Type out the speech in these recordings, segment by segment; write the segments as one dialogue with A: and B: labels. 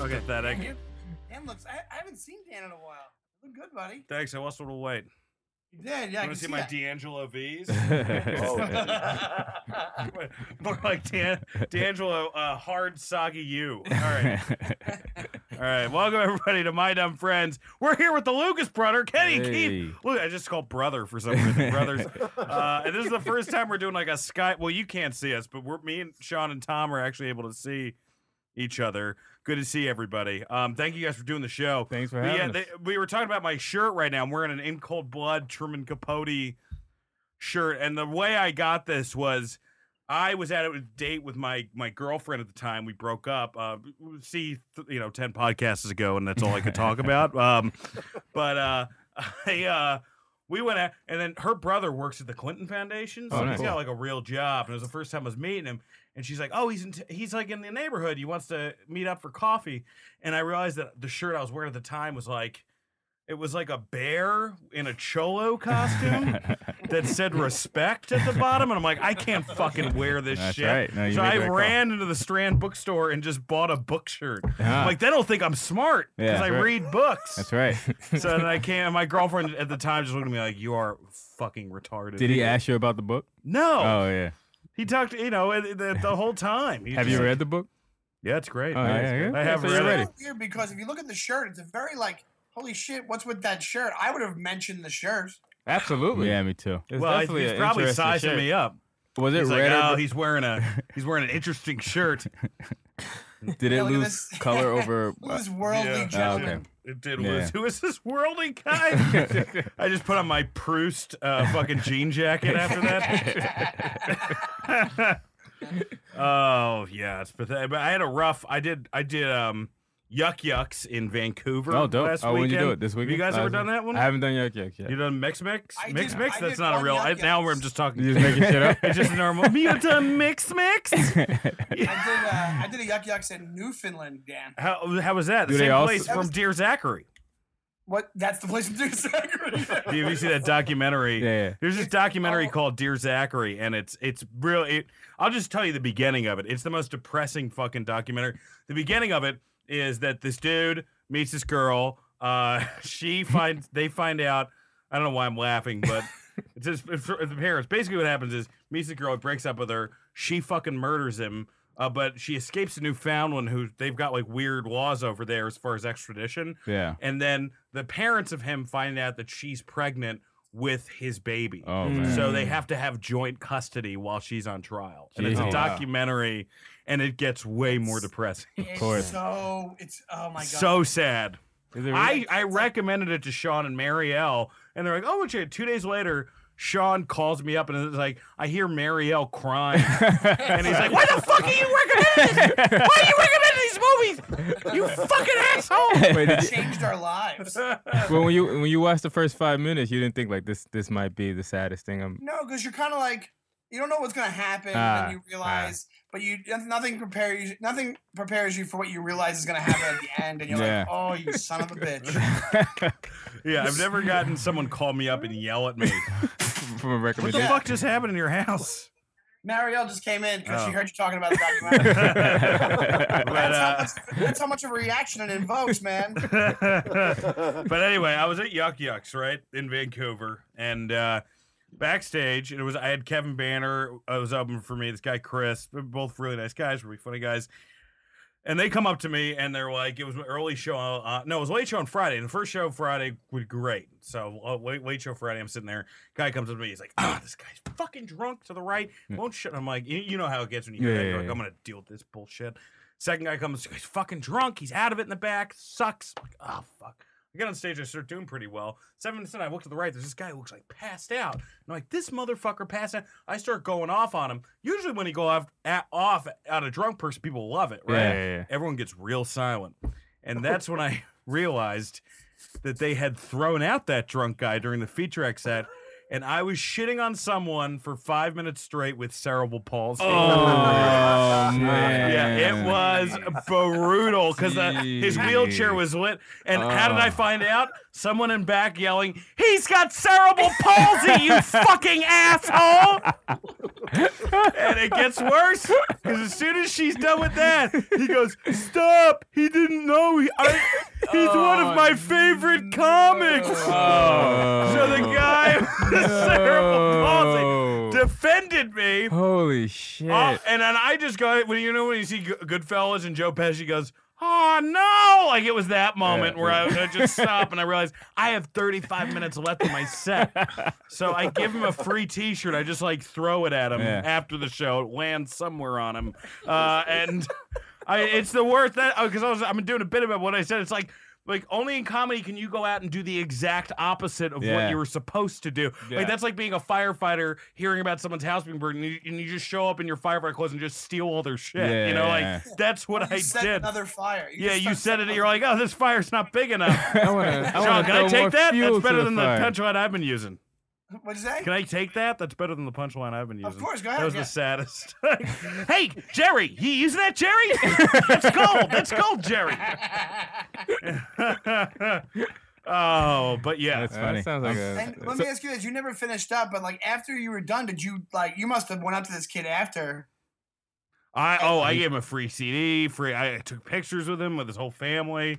A: Okay.
B: pathetic.
A: Dan, Dan looks. I, I haven't seen Dan in a while. You're good, buddy.
B: Thanks. I lost a little weight.
A: You did. Yeah. I can
C: want to see
A: see
C: my
A: that.
C: D'Angelo V's?
A: Oh.
B: More like Dan, D'Angelo, uh, hard soggy you. All right. All right. Welcome, everybody, to My Dumb Friends. We're here with the Lucas brother, Kenny Keith. Look, I just called brother for some reason. Brothers. Uh, and this is the first time we're doing like a Skype. Well, you can't see us, but we're me and Sean and Tom are actually able to see each other. Good to see everybody. Um, thank you guys for doing the show.
D: Thanks for
B: But
D: having
B: yeah, they,
D: us.
B: we were talking about my shirt right now. I'm wearing an In Cold Blood Truman Capote shirt, and the way I got this was I was at a date with my my girlfriend at the time. We broke up. Uh, see, th- you know, ten podcasts ago, and that's all I could talk about. Um, but uh, I. Uh, we went out, and then her brother works at the Clinton Foundation, so
D: Oh,
B: he's
D: nice.
B: got like a real job. And it was the first time I was meeting him, and she's like, "Oh, he's in t- he's like in the neighborhood. He wants to meet up for coffee." And I realized that the shirt I was wearing at the time was like, it was like a bear in a cholo costume that said "respect" at the bottom, and I'm like, I can't fucking wear this
D: That's
B: shit.
D: right. No, you
B: so
D: made
B: I
D: the right call.
B: ran into the Strand bookstore and just bought a book shirt.
D: Ah.
B: Like they don't think I'm smart because
D: Yeah.
B: I
D: Right.
B: read books.
D: That's right.
B: So then I came. My girlfriend at the time just looked at me like, "You are fucking retarded."
D: Did he ask you about the book?
B: No.
D: Oh yeah.
B: He talked. You know, the, the, the whole time. He
D: Have
B: just
D: you
B: like-
D: read the book?
B: Yeah, it's great.
D: Oh, yeah, yeah.
B: I have
D: So
B: read
D: you're
B: it.
D: ready.
A: It's kinda weird because if you look at the shirt, it's a very like, holy shit, what's with that shirt? I would have mentioned the shirt.
E: Absolutely.
D: Yeah, me too.
E: It's
B: well, he's
E: definitely an
B: probably
E: interesting
B: sizing
E: shape.
B: me up.
D: Was it
B: He's like,
D: red? or
B: oh,
D: bl-
B: he's wearing a he's wearing an interesting shirt.
D: Did
A: Yeah,
D: it
A: look at
D: lose
A: this.
D: color over?
A: Who is worldly
B: yeah.
D: Oh,
A: gentleman?
D: okay.
B: It did
D: Yeah.
B: lose. Who is this worldly guy? I just put on my Proust uh, fucking jean jacket after that. oh yeah, it's pathetic. But I had a rough. I did. I did. Um, yuck yucks in Vancouver.
D: Oh, dope.
B: Last
D: oh,
B: weekend.
D: when you do it this week?
B: Have you guys ever done that one?
D: I haven't done yuck yuck yet.
B: You done mix mix
A: I
B: mix
A: did-
B: mix?
A: I
B: That's
A: did
B: not a
A: one
B: real. I,
A: Yuck
B: now
A: Yucks.
B: where I'm just talking.
D: You just making shit up?
B: it's just normal. You done mix mix?
A: I did. Uh, I did a yuck yucks in Newfoundland, Dan.
B: How how was that? The
D: Do they
B: same
D: also-
B: place
A: That
B: from
A: was-
B: Dear Zachary.
A: What? That's the place to do Zachary.
B: Have you seen that documentary?
D: Yeah.
B: There's this
A: It's
B: documentary
A: all-
B: called Dear Zachary, and it's it's real. It, I'll just tell you the beginning of it. It's the most depressing fucking documentary. The beginning of it is that this dude meets this girl. Uh, she finds they find out. I don't know why I'm laughing, but it's just it's for the parents. Basically, what happens is meets the girl, breaks up with her. She fucking murders him. Uh, but she escapes to Newfoundland, who they've got like weird laws over there as far as extradition.
D: Yeah.
B: And then the parents of him find out that she's pregnant with his baby.
D: Oh man.
B: Hmm. So they have to have joint custody while she's on trial. And it's
D: Jeez.
B: a
D: Oh,
E: wow.
B: documentary and it gets way more depressing.
A: Of
D: course.
A: So it's. Oh my god.
B: So sad.
D: Is it
B: I, I recommended it to Sean and Marielle, and they're like, oh, what you? Two days later, Sean calls me up and it's like, I hear Marielle crying. and he's like, why the fuck are you recommending this? Why are you recommending these movies? You fucking asshole.
D: Wait, did
A: It changed our lives.
D: you- well, when you when you watched the first five minutes, you didn't think like this this might be the saddest thing. I'm
A: No, because you're kind of like you don't know what's gonna happen,
D: Ah,
A: and you realize, but you nothing prepares you. Nothing prepares you for what you realize is gonna happen at the end, and you're
D: Yeah.
A: like, oh, you son of a bitch.
B: Yeah, I've never gotten someone call me up and yell at me.
D: from a
B: What the
D: recommendation.
B: fuck just happened in your house?
A: Marielle just came in because she
B: Oh.
A: heard you talking about the documentary.
B: But, uh,
A: that's, how much, that's how much of a reaction it invokes, man.
B: but anyway, I was at Yuck Yucks, right, in Vancouver, and uh, backstage, it was I had Kevin Banner, I was open for me, this guy Chris, they're both really nice guys, really funny guys. And they come up to me and they're like, it was an early show. Uh, no, it was late show on Friday. And the first show Friday was great. So uh, late, late show Friday, I'm sitting there. Guy comes up to me. He's like, ah, this guy's fucking drunk to the right. Won't shut. I'm like, you, you know how it gets when you hear
D: Hmm. Yeah,
B: that.
D: yeah,
B: You're like,
D: yeah.
B: I'm going to deal with this bullshit. Second guy comes, he's fucking drunk. He's out of it in the back. Sucks. I'm like, oh, fuck. I get on stage, I start doing pretty well. Seven minutes in, I look to the right. There's this guy who looks like passed out. And I'm like, this motherfucker passed out. I start going off on him. Usually, when you go off, at, off at a drunk person, people love it, right?
D: Yeah, yeah, yeah.
B: Everyone gets real silent. And that's when I realized that they had thrown out that drunk guy during the feature X set. And I was shitting on someone for five minutes straight with cerebral palsy.
D: Oh man.
B: Yeah, it was brutal because his wheelchair was lit. And how did I
D: Oh.
B: find out? Someone in back yelling, "He's got cerebral palsy, you fucking asshole!" and it gets worse because as soon as she's done with that, he goes, "Stop! He didn't know. He, I, he's one
D: Oh,
B: of my favorite comics."
D: Oh.
B: So the guy with cerebral palsy
D: No.
B: defended me,
D: Holy shit.
B: uh, and then I just got when you know when you see G- Goodfellas and Joe Pesci goes. Oh no! Like it was that moment where I, I just stop and I realized I have 35 minutes left of my set. So I give him a free T-shirt. I just like throw it at him
D: Yeah.
B: after the show. It lands somewhere on him, uh, and I, it's the worst that because I was I'm doing a bit about what I said. It's like. Like only in comedy can you go out and do the exact opposite of
D: Yeah.
B: what you were supposed to do.
D: Yeah.
B: Like that's like being a firefighter, hearing about someone's house being burned, and you, and you just show up in your firefighter clothes and just steal all their shit. You know,
D: Yeah.
B: like that's what
A: You
B: I
A: set
B: did.
A: Another fire.
B: Yeah,
A: just
B: you
A: start
B: said it.
A: setting
B: You're like, oh, this fire's not big enough.
D: I wanna, I wanna
B: Sean, can I
D: throw more
B: take that?
D: fuel
B: That's
D: to
B: better than the
D: fire.
B: punchline I've been using.
A: up- What'd you say?
B: Can I take that? That's better than the punchline I've been using.
A: Of course, go
B: That
A: ahead,
B: was
A: yeah.
B: the saddest. hey, Jerry, you using that, Jerry? That's gold. That's gold, Jerry. oh, but yeah.
D: That's
B: That's
D: funny. That sounds like a.
A: and let me ask you this: You never finished up, but like after you were done, did you like you must have went up to this kid after?
B: I oh, I gave him a free CD. Free. I took pictures with him with his whole family.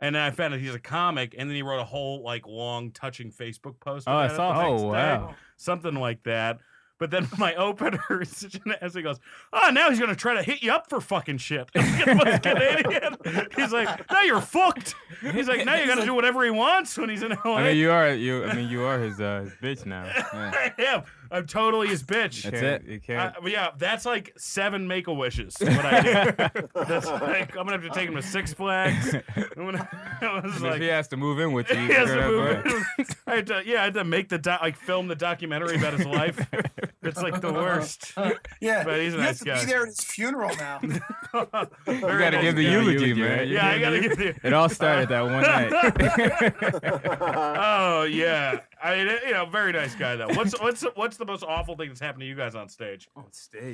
B: And then I found out he's a comic, and then he wrote a whole like long, touching Facebook post.
D: Oh, I
B: about it
D: saw-
B: the
D: oh,
B: next day.
D: wow.
B: something like that. But then my opener is such an ass. He goes, "Oh, now he's gonna try to hit you up for fucking shit." Fucking Canadian. He's like, "Now you're fucked." He's like, "Now you gotta do whatever he wants when he's in LA."
D: I mean, you are you. I mean, you are his uh, his bitch now. Yeah.
B: I am. I'm totally his bitch.
D: That's
B: Can't-
D: it. You
B: I-
D: can't.
B: but yeah, that's like seven make a wishes. What I do. that's like I'm gonna have to take him to Six Flags. I'm gonna, I was
D: if
B: like,
D: he has to move in with you,
B: He
D: you're
B: has
D: gonna
B: to
D: have
B: move.
D: to-
B: in. I had to, yeah, I had to make the doc, like film the documentary about his life. It's like the worst.
A: Yeah,
B: But he's a
A: you
B: nice
A: have to
B: guy.
A: be there at his funeral now.
B: you
D: You gotta give the Yeah, eulogy, eulogy,
B: Yeah,
D: man. You
B: I
D: gotta
B: gotta
D: give-
B: give the.
D: It all started that one night.
B: Oh yeah, I mean, you know, very nice guy though. What's what's what's the most awful thing that's happened to you guys on stage?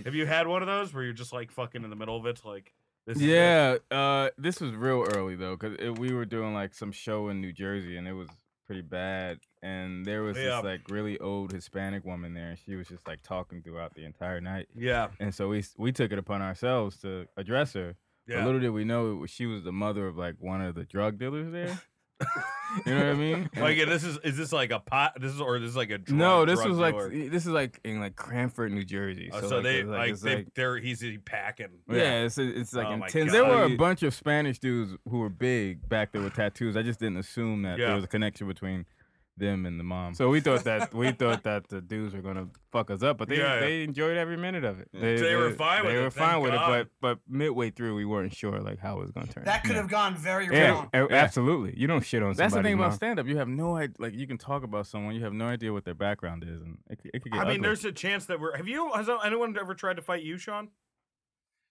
B: Have you had one of those where you're just like fucking in the middle of it, like this? is it?
D: Yeah, uh, this was real early though, cause it, we were doing like some show in New Jersey, and it was pretty bad. And there was
B: Yeah.
D: this like really old Hispanic woman there, and she was just like talking throughout the entire night.
B: yeah,
D: And so we s- we took it upon ourselves to address her. But
B: yeah.
D: little did we know it was, she was the mother of like one of the drug dealers there. you know what I mean? And-
B: Like yeah, this is is this like a pot? This is or this is like a drug,
D: no, this
B: drug
D: was like
B: dealer?
D: y- this is like in like Cranford, New Jersey.
B: Oh, so,
D: like,
B: they
D: it's,
B: like,
D: it's,
B: they
D: like-
B: they're he's he's packing.
D: yeah, it's it's like
B: Oh my
D: intense.
B: God.
D: There were a
B: You-
D: bunch of Spanish dudes who were big back there with tattoos. I just didn't assume that
B: Yeah.
D: there was a connection between them and the mom. So we thought that we thought that the dudes were gonna fuck us up, but they
B: Yeah, yeah.
D: they enjoyed every minute of it.
B: They were fine with
D: They
B: it,
D: were
B: thank
D: fine with
B: God.
D: it, but but midway through we weren't sure like how it was gonna turn.
A: That
D: out.
A: could
D: Yeah.
A: have gone very
D: Yeah,
A: wrong.
D: a- absolutely. You don't shit on
C: That's
D: somebody.
C: the thing about
D: stand up. You have no idea. Like, you can talk about someone, you have no idea what their background is. And it, c- it could get
B: I mean,
D: ugly.
B: there's a chance that we're. Have you? Has anyone ever tried to fight you, Sean?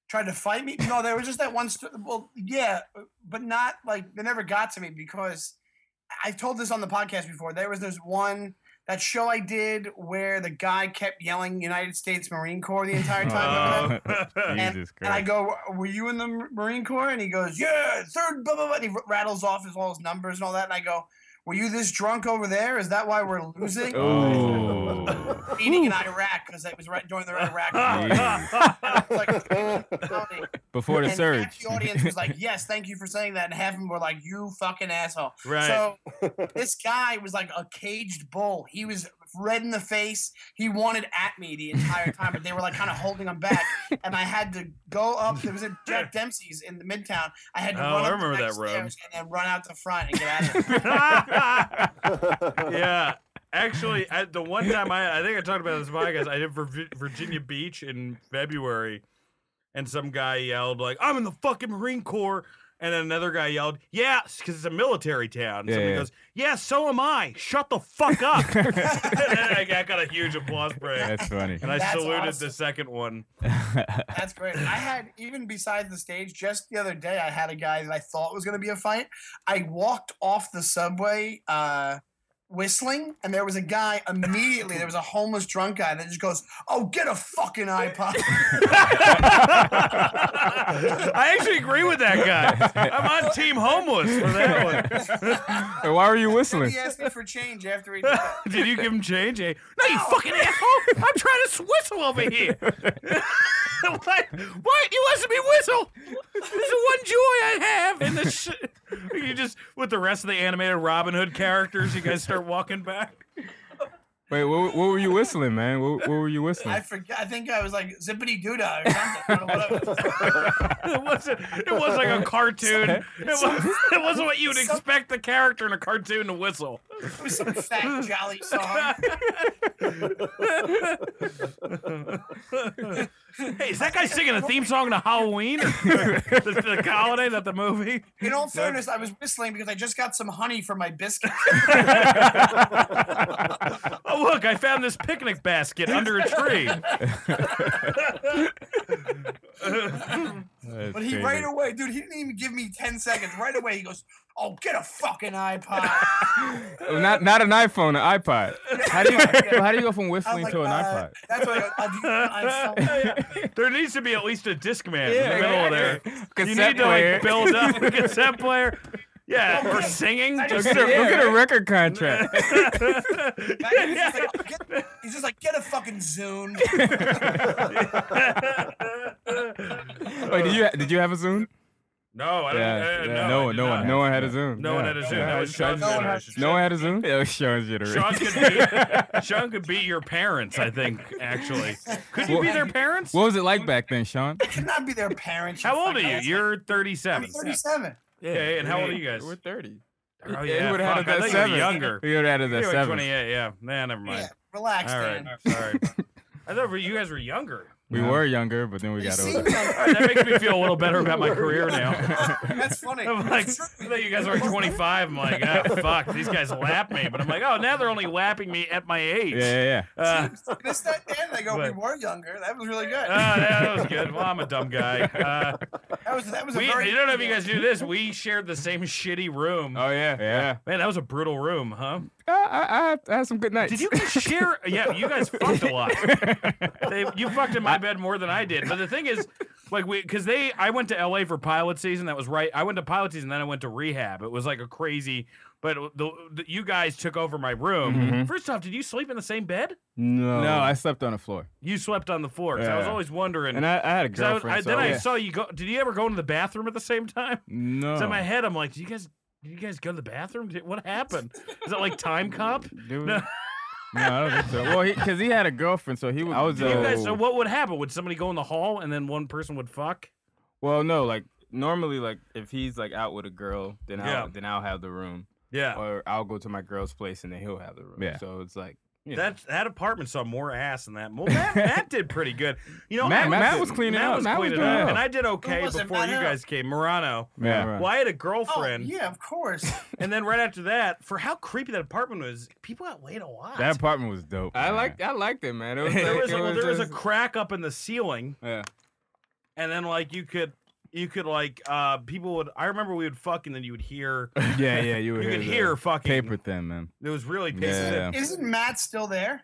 A: Tried to fight me? No, there was just that one. St- well, yeah, but not like they never got to me because I have told this on the podcast before. There was this one that show I did where the guy kept yelling United States Marine Corps the entire time. Remember that?
D: Oh. Jesus
A: And I
D: Christ.
A: go, "Were you in the M- Marine Corps?" And he goes, "Yeah, third blah blah blah." And he r- rattles off his all his numbers and all that. And I go, "Were you this drunk over there? Is that why we're losing?
D: Oh.
A: Eating in Iraq because it was right during the Iraq War."
B: Yeah.
A: It's like, comedy.
D: Before
A: and
D: the
A: half
D: surge.
A: the audience was like, "Yes, thank you for saying that," and half of them were like, "You fucking asshole."
B: right.
A: So this guy was like a caged bull. He was red in the face. He wanted at me the entire time, but they were like kind of holding him back. And I had to go up. It was at Jack Dempsey's in the Midtown. I had to
B: Oh,
A: run
B: I
A: up the
B: remember
A: back
B: that road.
A: stairs and then run out the front and get out of there.
B: yeah. Actually, at the one time I, I think I talked about this podcast, I did Vir- Virginia Beach in February, and some guy yelled like, "I'm in the fucking Marine Corps," and then another guy yelled, "Yes," because it's a military town.
D: Yeah,
B: Somebody
D: yeah.
B: goes, "Yeah, so am I. Shut the fuck up." and I I got a huge applause break,
D: That's funny.
B: and I
A: That's
B: saluted
A: awesome.
B: the second one.
A: That's great. I had even besides the stage, just the other day, I had a guy that I thought was going to be a fight. I walked off the subway. Uh, whistling, and there was a guy immediately. There was a homeless drunk guy that just goes, "Oh, get a fucking iPod."
B: I actually agree with that guy. I'm on team homeless for that
D: And why are you
A: And
D: whistling?
A: he asked me for change after he did that.
B: one. Did you give him change? Eh? No, you fucking asshole! I'm trying to whistle over here. what? What? You asked me whistle? This is the one joy I have in the shit. You just with the rest of the animated Robin Hood characters, you guys start walking back.
D: Wait, what, what were you whistling, man? What, what were you
A: I
D: whistling?
A: forget. I think I was like zippity doodah or something. I don't know what I was-
B: It wasn't. It was like a cartoon. It, was, it wasn't what you'd expect the character in a cartoon to whistle.
A: It was some fat jolly song.
B: hey, is that guy singing a theme song to Halloween or the, the holiday, not the movie?
A: In all fairness, I was whistling because I just got some honey for my biscuit.
B: Oh, look, I found this picnic basket under a tree.
A: But he right away, dude, he didn't even give me 10 seconds. Right away, he goes, Oh, get a fucking iPod.
D: Oh, Not not an iPhone, an iPod. How do you how do you go from
A: I was
D: whistling
A: like,
D: to an
A: uh,
D: iPod?
A: That's what I go, "Uh, do you have an iPhone?"
B: There needs to be at least a disc man in the middle of there.
D: Cassette
B: you need to
D: player.
B: like build up a cassette player. Yeah, or singing.
A: I
D: Go
B: Just
D: get a, go
A: Yeah,
D: get a record contract.
A: Back- He's, just like, "Oh, get, he's just like, Get a fucking Zune.
D: Wait, did you did you have a Zoom?
B: no, I don't.
D: Yeah,
B: uh,
D: yeah.
B: No, I
D: No,
B: did
D: no
B: not.
D: one, no one had a Zoom.
B: No one had a Zoom. That was Sean's
A: No one had a
B: generation.
D: No one had a Zoom. Yeah, it was
B: Sean
D: Sean's generation.
B: could beat Sean could beat your parents, I think. Actually, could you
D: Well-
B: be their parents?
D: What was it like back then, Sean?
A: Could not be their parents.
B: How old are
A: fucking
B: you?
A: ass.
B: You're
A: I'm
B: 37.
A: 37.
B: Okay, and how old are you guys?
D: We're thirty.
B: Oh
D: He- he
B: yeah,
D: would've had
B: fuck,
D: it
B: I
D: at
B: thought you
D: seven.
B: were younger.
D: We would have had it
B: You
D: at
B: were like
D: seven.
B: 28. Yeah, nah, never
A: Yeah,
B: mind.
A: relax,
B: All right,
A: Dan.
B: sorry. I thought you guys were younger.
D: We
C: Yeah.
D: were younger, but then we
A: You
D: got
A: seem
D: older.
A: young.
B: All right, that makes me feel a little better about my career now.
A: That's funny.
B: I'm like, I
A: It's true.
B: thought you guys were 25. I'm like, oh, fuck, these guys lap me. But I'm like, oh, now they're only lapping me at my age.
D: Yeah, yeah, yeah.
B: Uh,
A: This that Dan, they go,
B: But-
A: we were younger. That was really good.
B: oh, yeah, that was good. Well, I'm a dumb guy. Uh,
A: that was that was a
B: we,
A: very.
B: I don't know if you guys knew this. We shared the same shitty room.
D: Oh yeah, yeah.
B: Man, that was a brutal room, huh?
D: I, I, I had- I had some good nights.
B: Did you guys share? Yeah, you guys fucked a lot. They, you fucked in my bed more than I did. But the thing is, like, we because they, I went to LA for pilot season. That was right. I went to pilot season, then I went to rehab. It was like a crazy. But the, the, you guys took over my room.
D: Mhm.
B: First off, did you sleep in the same bed?
C: No.
D: No, I slept on the floor,
B: You slept on the floor. 'cause I was
D: Yeah.
B: always wondering.
D: and I, I had a
B: 'cause I was-
D: girlfriend.
B: I-
D: so
B: then I
D: yeah. Oh.
B: saw you go. Did you ever go into the bathroom at the same time?
D: no.
B: So in my head, I'm like, did you guys? Did you guys go to the bathroom? Did- What happened? Is it like time cop?
D: Dude.
B: No.
D: No. I don't think so. Well, because he, had a girlfriend, so he was. I was.
B: Did you guys, so
D: uh,
B: what would happen? Would somebody go in the hall and then one person would fuck?
D: well, no, like normally, like if he's like out with a girl, then I'll
B: Yeah.
D: then I'll have the room,
B: Yeah.
D: or I'll go to my girl's place and then he'll have the room.
C: Yeah.
D: So it's like you know.
B: That that apartment saw more ass than that. Well, Matt, Matt did pretty good. You know,
D: Matt-
B: I-
D: Matt was cleaning
B: Matt
D: up.
B: was
D: Matt was
B: cleaning
D: doing
B: up,
D: well.
B: and I did okay
A: was it,
B: before
A: Matt
B: you
A: Hill?
B: guys came. Morano.
D: yeah.
C: Yeah.
D: right.
B: Well, I had a
A: Oh,
B: girlfriend,
A: yeah, of course.
B: and then right after that, for how creepy that apartment was, people got laid a lot.
C: That apartment was dope.
D: I
C: man.
D: liked I liked it, man. It was,
B: there
D: like-
B: was,
D: it
B: a, well,
D: was
B: there was a
D: just-
B: crack up in the ceiling,
D: yeah.
B: and then like you could you could like uh people would. I remember we would fuck, and then you would hear
D: yeah, yeah. You,
B: you
D: were
B: could hear fucking.
C: paper thin, man.
B: It was really paper.
D: Yeah.
A: Isn't Matt still there?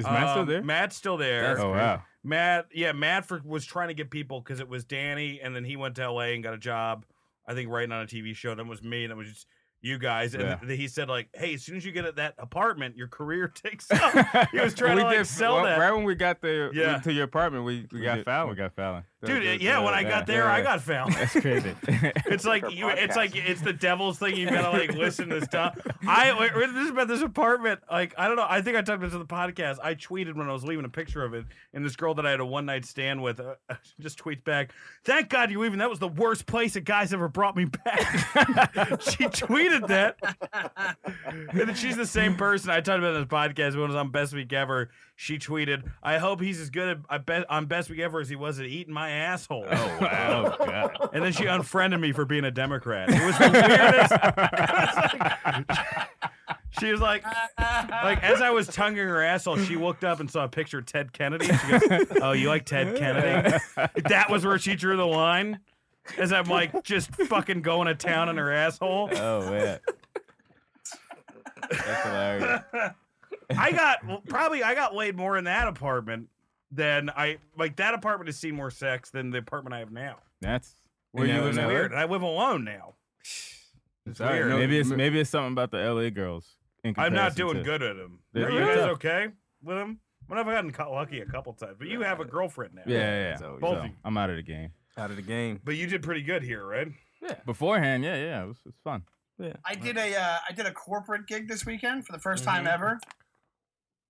C: Is Matt still
B: Um,
C: there?
B: Matt's still there.
D: That's
C: oh
D: great.
C: wow.
B: Matt, yeah, Matt for, was trying to get people because it was Danny, and then he went to LA and got a job. I think writing on a TV show. Then it was me, and then it was just you guys. And
C: Yeah.
B: th- he said like, "Hey, as soon as you get at that apartment, your career takes off." he was trying
D: we
B: to like
D: did-
B: sell
D: well,
B: that.
D: Right when we got there we-
B: Yeah.
D: to your apartment, we, we, got
C: did-
D: found.
C: We got Fallon.
B: Dude, it- yeah, when I got there, I got found.
C: That's crazy.
B: It's like you. It's like it's the devil's thing. You gotta like listen to stuff. I wait, wait, this is about this apartment. Like I don't know. I think I talked about this on the podcast. I tweeted when I was leaving a picture of it, and this girl that I had a one night stand with uh, just tweets back, "Thank God you're leaving. That was the worst place a guy's ever brought me back." she tweeted that, and then she's the same person I talked about in this podcast when it was on Best Week Ever. She tweeted, "I hope he's as good at I bet on Best Week Ever as he was at eating my asshole."
C: Oh wow. Oh, God.
B: And then she unfriended me for being a Democrat. It was the weirdest. It was like- she was like, like as I was tonguing her asshole, she looked up and saw a picture of Ted Kennedy. She goes, "Oh, you like Ted Kennedy?" That was where she drew the line. As I'm like just fucking going to town on her asshole.
C: Oh man.
D: Oh, That's hilarious.
B: I got well, probably I got laid more in that apartment than I like. That apartment has seen more sex than the apartment I have now.
D: That's
C: Where
D: you
C: you
D: know,
C: live
B: It's
C: now?
B: weird. I live alone now.
D: it's
B: Sorry,
D: weird.
B: no,
D: maybe it's
C: m-
D: maybe it's something about the LA girls. in
B: I'm not
D: comparison
B: doing
D: to-
B: good at them.
D: Yeah,
B: Are you
D: you're
B: guys
D: tough.
B: okay with them? Well, I've gotten caught lucky a couple times, but you have a girlfriend now.
D: Yeah, yeah, yeah.
C: So,
B: Both
D: So,
B: of you.
D: I'm out of the game.
C: Out of the game.
B: But you did pretty good here, right?
D: Beforehand, yeah, yeah, it was, it's fun.
A: I did a uh, I did a corporate gig this weekend for the 1st time
B: Mm-hmm.
A: ever,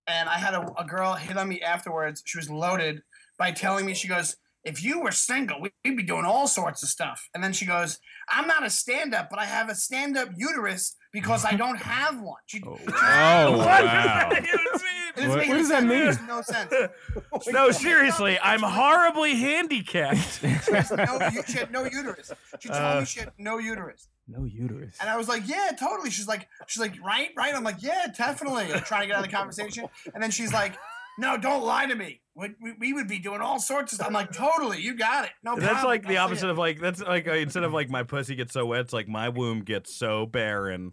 A: and I had a, a girl hit on me afterwards. She was loaded by telling me she goes, "If you were single, we- we'd be doing all sorts of stuff." And then she goes, "I'm not a stand up, but I have a stand up uterus because I don't have one." She,
D: Oh
C: Oh,
B: What does
D: wow!
B: that even
A: it
B: mean?
A: is
C: What-
A: making
C: what does that
A: sense. It
C: mean?
A: makes No sense.
B: no, seriously, I'm horribly handicapped.
A: She has no, u- she had no uterus. She told
B: Uh,
A: me she had no uterus.
C: no uterus.
A: And I was like, yeah, totally. She's like, she's like, right, right. I'm like, yeah, definitely. I'm trying to get out of the conversation. And then she's like, no, don't lie to me. We, we, we would be doing all sorts of stuff. I'm like, totally. You got it. No problem.
B: That's like the
A: I'll
B: opposite
A: say
B: of like that's like uh, instead of like my pussy gets so wet, it's like my womb gets so barren.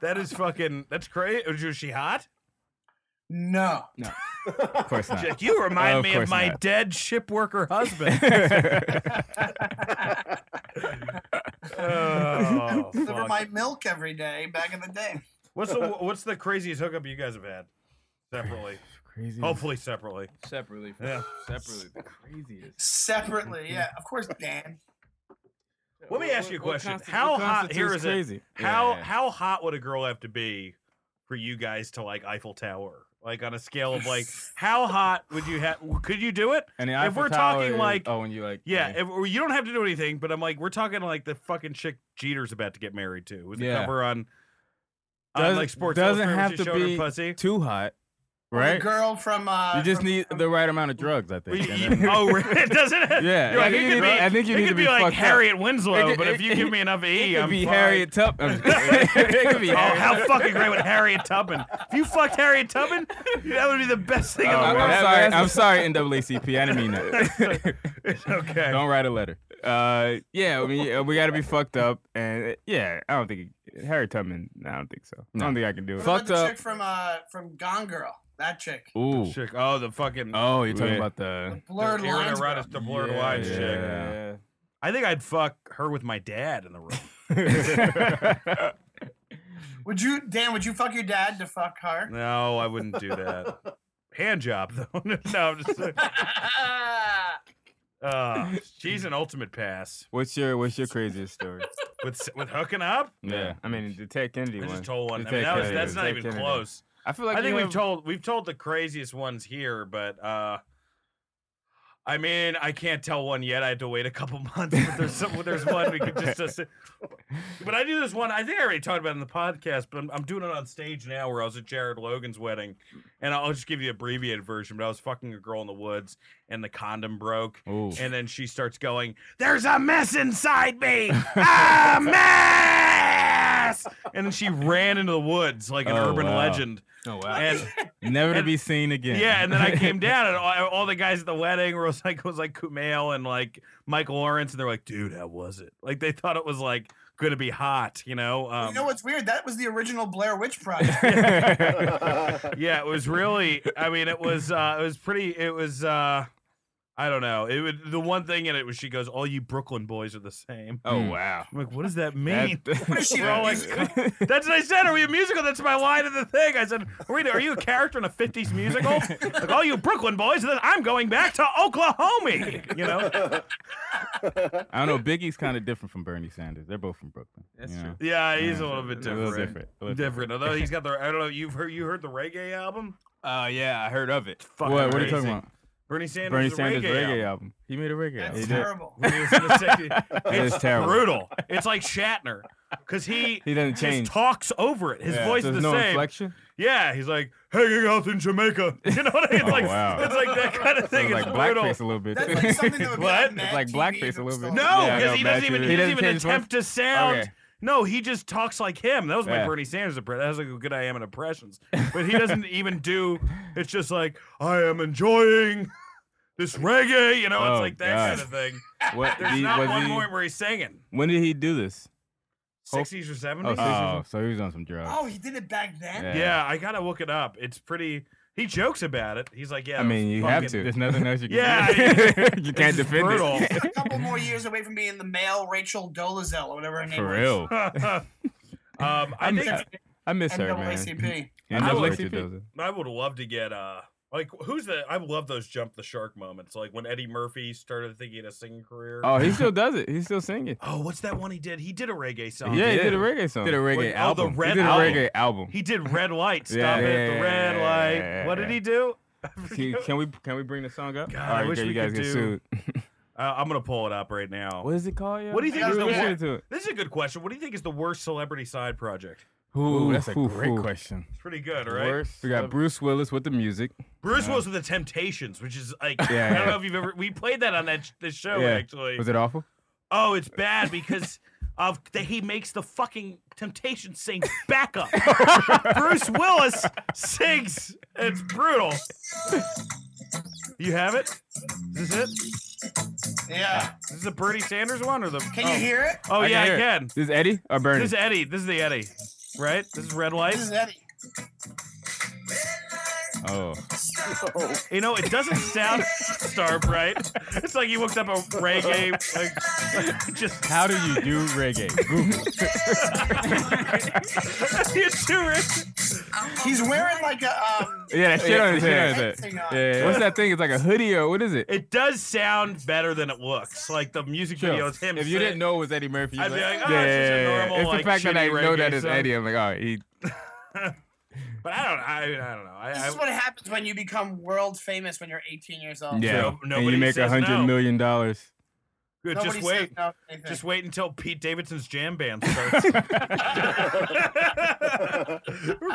B: That is fucking that's crazy. Was she hot?
A: it. No.
D: Of course not.
B: Jack, you remind
D: Uh, Of
B: me of
D: course
B: my
D: not.
B: dead ship worker husband. oh,
A: Deliver
B: fuck.
A: my milk every day back in the day.
B: what's the what's the craziest hookup you guys have had separately?
D: Crazy.
B: Hopefully separately.
D: separately.
B: Yeah.
D: Separately, the craziest.
A: Separately. Yeah. Of course, Dan.
B: Let me ask you a question. How hot- here is it. How how hot would a girl have to be for you guys to like Eiffel Tower? Like on a scale of like how hot would you have? Could you do it?
D: And
B: if we're talking like-
D: oh, when you like,
B: Yeah, if, or you don't have to do anything, but I'm like, we're talking like the fucking chick Jeter's about to get married to. Was the
D: Yeah.
B: cover on, on
D: Doesn't-
B: like sports
D: doesn't
B: Illustrated when
D: have
B: she
D: to
B: showed her
D: be-
B: pussy.
D: too hot,
A: The
D: right?
A: girl from. Uh,
D: You just
A: from-
D: need
A: from-
D: the right amount of drugs, I think.
B: You-
D: and
B: you-
D: then-
B: oh, it doesn't.
D: Yeah,
B: you're
D: I
B: like, it
D: think you
B: could be.
D: need to- I think you
B: it
D: need
B: could
D: to
B: be,
D: be
B: like
D: fucked up.
B: Harriet Winslow,
D: could-
B: but if
D: it-
B: you give me enough E,
D: it could
B: I'm
D: be
B: fine.
D: Harriet Tubman. I'm just kidding. it could be
B: Oh,
D: Harriet.
B: how fucking great would Harriet Tubman? If you fucked Harriet Tubman, that would be the best thing
D: Oh,
B: in the
D: I'm,
B: world.
D: I'm sorry. I'm sorry, NAACP. I didn't mean that.
B: It's okay.
D: don't write a letter. Uh, yeah, I mean, uh, we got to be fucked up, and uh, yeah, I don't think Harry Tubman. no, I don't think so. I don't think I can do it.
A: What about
D: Fucked
A: the
D: up.
A: chick from, uh, from Gone Girl. That chick.
D: Ooh.
B: Chick. Oh, the fucking
D: Oh, you're talking
C: Yeah.
D: about
A: The
D: the.
A: blurred
B: the
A: lines. girl.
B: erotic- the blurred lines
D: yeah,
B: chick.
D: yeah.
B: I think I'd fuck her with my dad in the room.
A: Would you, Dan? Would you fuck your dad to fuck her?
B: No, I wouldn't do that. Hand job though. no, I'm just. Uh, she's an ultimate pass
D: What's your What's your craziest story?
B: with s- with hooking up.
D: yeah, I mean the Ted Kennedy
B: I
D: one.
B: just told one. I
D: The
B: mean,
D: Ted
B: that was,
D: Kennedy
B: that's
D: one.
B: not
D: Ted
B: even
D: Kennedy.
B: close.
D: I feel like
B: I think
D: you
B: we've
D: have-
B: told we've told the craziest ones here, but uh, I mean, I can't tell one yet. I had to wait a couple months. But there's some, there's one we could just. just but I do this one. I think I already talked about it in the podcast, but I'm, I'm doing it on stage now. Where I was at Jared Logan's wedding, and I'll just give you the abbreviated version. But I was fucking a girl in the woods, and the condom broke,
D: Ooh.
B: and then she starts going, There's a mess inside me! A mess! And then she ran into the woods like an
D: Oh,
B: urban
D: wow.
B: legend.
D: Oh wow.
B: And
D: Never to
B: and-
D: be seen again.
B: yeah, and then I came down, and all, all the guys at the wedding were like, it was like Kumail and like Mike Lawrence, and they're like, Dude, how was it? Like, they thought it was like gonna be hot, you know? Um,
A: you know what's weird? That was the original Blair Witch Project.
B: yeah, it was really. I mean, it was. Uh, it was pretty. It was. Uh, I don't know. It was the one thing in it was she goes, "All you Brooklyn boys are the same."
A: Hmm.
D: oh wow.
B: I'm like, what does that mean?
A: What is she
B: We're all like, That's what I said. Are we a musical? That's my line of the thing. I said, Rita, are you a character in a 50s musical? Like, all you Brooklyn boys, then I'm going back to Oklahoma. You know?
D: I don't know. Biggie's kind of different from Bernie Sanders. They're both from Brooklyn. That's true.
B: Yeah, he's a little bit
D: A
B: different.
D: little different. a little
B: Different. Although he's got the, I don't know, you've heard, you heard the reggae album?
D: Uh, yeah, I heard of it. What,
B: fucking
D: what are you
B: crazy.
D: talking about?
B: Bernie Sanders,
D: Bernie
B: the
D: Sanders
B: reggae, album.
D: reggae, album. He made a reggae
A: That's
D: album.
A: terrible.
B: When he was in the 60s.
D: It is
B: It's
D: terrible.
B: brutal. It's like Shatner because he
D: He doesn't change.
B: just talks over it. His
D: Yeah.
B: voice
D: There's
B: is the
D: no
B: same.
D: inflection.
B: Yeah, he's like hanging out in Jamaica. You know what I mean?
D: Oh,
B: like,
D: wow.
B: It's like that kind of thing.
D: It's like
B: it's brutal.
D: blackface a little bit.
A: That's like something that would be
B: What?
A: on Mad
D: It's like
A: TV
D: blackface a little
A: installed.
D: bit.
B: No,
D: Yeah, I
B: because
D: know,
B: he
D: Matt,
B: doesn't even
D: you-
B: he,
D: He
B: doesn't
D: doesn't
B: even
D: change his voice?
B: attempt to sound.
D: Okay.
B: No, he just talks like him. That was my
D: Yeah.
B: Bernie Sanders impression. That was like a good I am in impressions. But he doesn't even do. It's just like I am enjoying this reggae. You know, it's
D: Oh,
B: like that
D: God.
B: kind of thing.
D: What,
B: There's
D: he-
B: not
D: was
B: one
D: he-
B: moment where he's singing.
D: When did he do this?
B: sixties or
D: Oh,
B: seventies.
D: so-
C: Uh,
D: so he was on some drugs.
A: Oh, he did it back then.
D: Yeah.
B: yeah, I gotta look it up. It's pretty. He jokes about it. He's like, yeah.
C: I
B: it was
C: mean, you have
B: fucking-
C: to.
D: There's nothing else you can
B: Yeah,
D: do.
B: I
C: you can't
B: just
C: defend
B: brutal.
C: it.
A: A couple more years away from being the male Rachel Dolezal or whatever her name
C: For
A: was.
C: real.
B: um, I
C: I'm
B: think
C: sorry. I miss her, man.
A: NAACP.
C: You
B: I
C: know
B: like
C: what she
D: CP.
C: does.
B: I would love to get uh like who's the I love those jump the shark moments like when Eddie Murphy started thinking a singing career.
D: Oh, he still does it. He's still singing.
B: Oh, what's that one he did? He did a reggae
D: Yeah,
B: song.
D: he did
C: did.
D: a reggae song.
C: Did a reggae
B: Wait, oh, the
C: album. He
B: Red
C: did a
B: Album.
C: reggae album.
B: He did red light. Stop
D: Yeah,
B: it,
D: yeah,
B: the red
D: yeah,
B: light.
D: yeah,
B: what did
D: yeah.
B: he do? I
D: Can,
B: forget.
D: can we can we bring the song up?
B: God,
D: All
B: I wish
D: okay,
B: we
D: you guys
B: could
D: get
B: do-
D: sued.
B: uh, I'm gonna pull it up right now.
D: What is it called? yo?
B: What do you think
D: I
A: is the
D: gotta
A: war-
D: listen to it.
B: This is a good question. What do you think is the worst celebrity side project?
C: Ooh,
D: Ooh,
C: that's a
D: ooh,
C: great
D: ooh.
C: question.
B: It's pretty good, right?
D: We got Bruce Willis with the music.
B: Bruce Willis with the Temptations, which is like
D: Uh, Yeah,
B: I don't
D: yeah.
B: know if you've ever we played that on that sh- this show
D: Yeah.
B: actually.
D: Was it awful?
B: Oh, it's bad because of that he makes the fucking Temptation sing backup. Bruce Willis sings. It's brutal. You have it? Is this it?
A: Yeah.
B: Is this the Bernie Sanders one or the?
A: Can
B: oh.
A: you hear it?
B: Oh
D: I
B: yeah,
D: can
B: I
D: hear
B: can.
D: This is Eddie or Bernie?
B: This is Eddie. This is the Eddie, right? This is red light.
A: This is Eddie.
D: oh,
B: You know, it doesn't sound star bright. It's like you looked up a reggae, like, like just
D: how do you do reggae? Google.
B: you two rich.
A: He's wearing like a um.
D: yeah, that shit
C: Yeah,
D: on his
C: shit
D: head.
C: on
A: head thing on.
D: Yeah, yeah. What's that thing? It's like a hoodie or what is it?
B: It does sound better than it looks. Like the music
D: Chill.
B: video is him.
D: If you
B: sing-
D: didn't know it was Eddie Murphy, you'd
B: I'd
D: be
B: be
D: like,
B: like, "Oh, it's just a normal,
D: It's
B: like,
D: the fact that I
B: shitty
D: know
B: reggae
D: that it's
B: song."
D: Eddie. I'm like, all right, he
B: But I don't. I, mean, I don't know. I,
A: This is
B: I
A: what happens when you become world famous when you're 18 years old.
B: Yeah.
D: yeah.
B: So
D: and
B: Oh, nobody
D: you make a
B: says
D: hundred
B: no.
D: million dollars.
B: good,
A: Nobody
B: just
A: says
B: wait.
A: no to anything.
B: Just wait until Pete Davidson's jam band starts. Where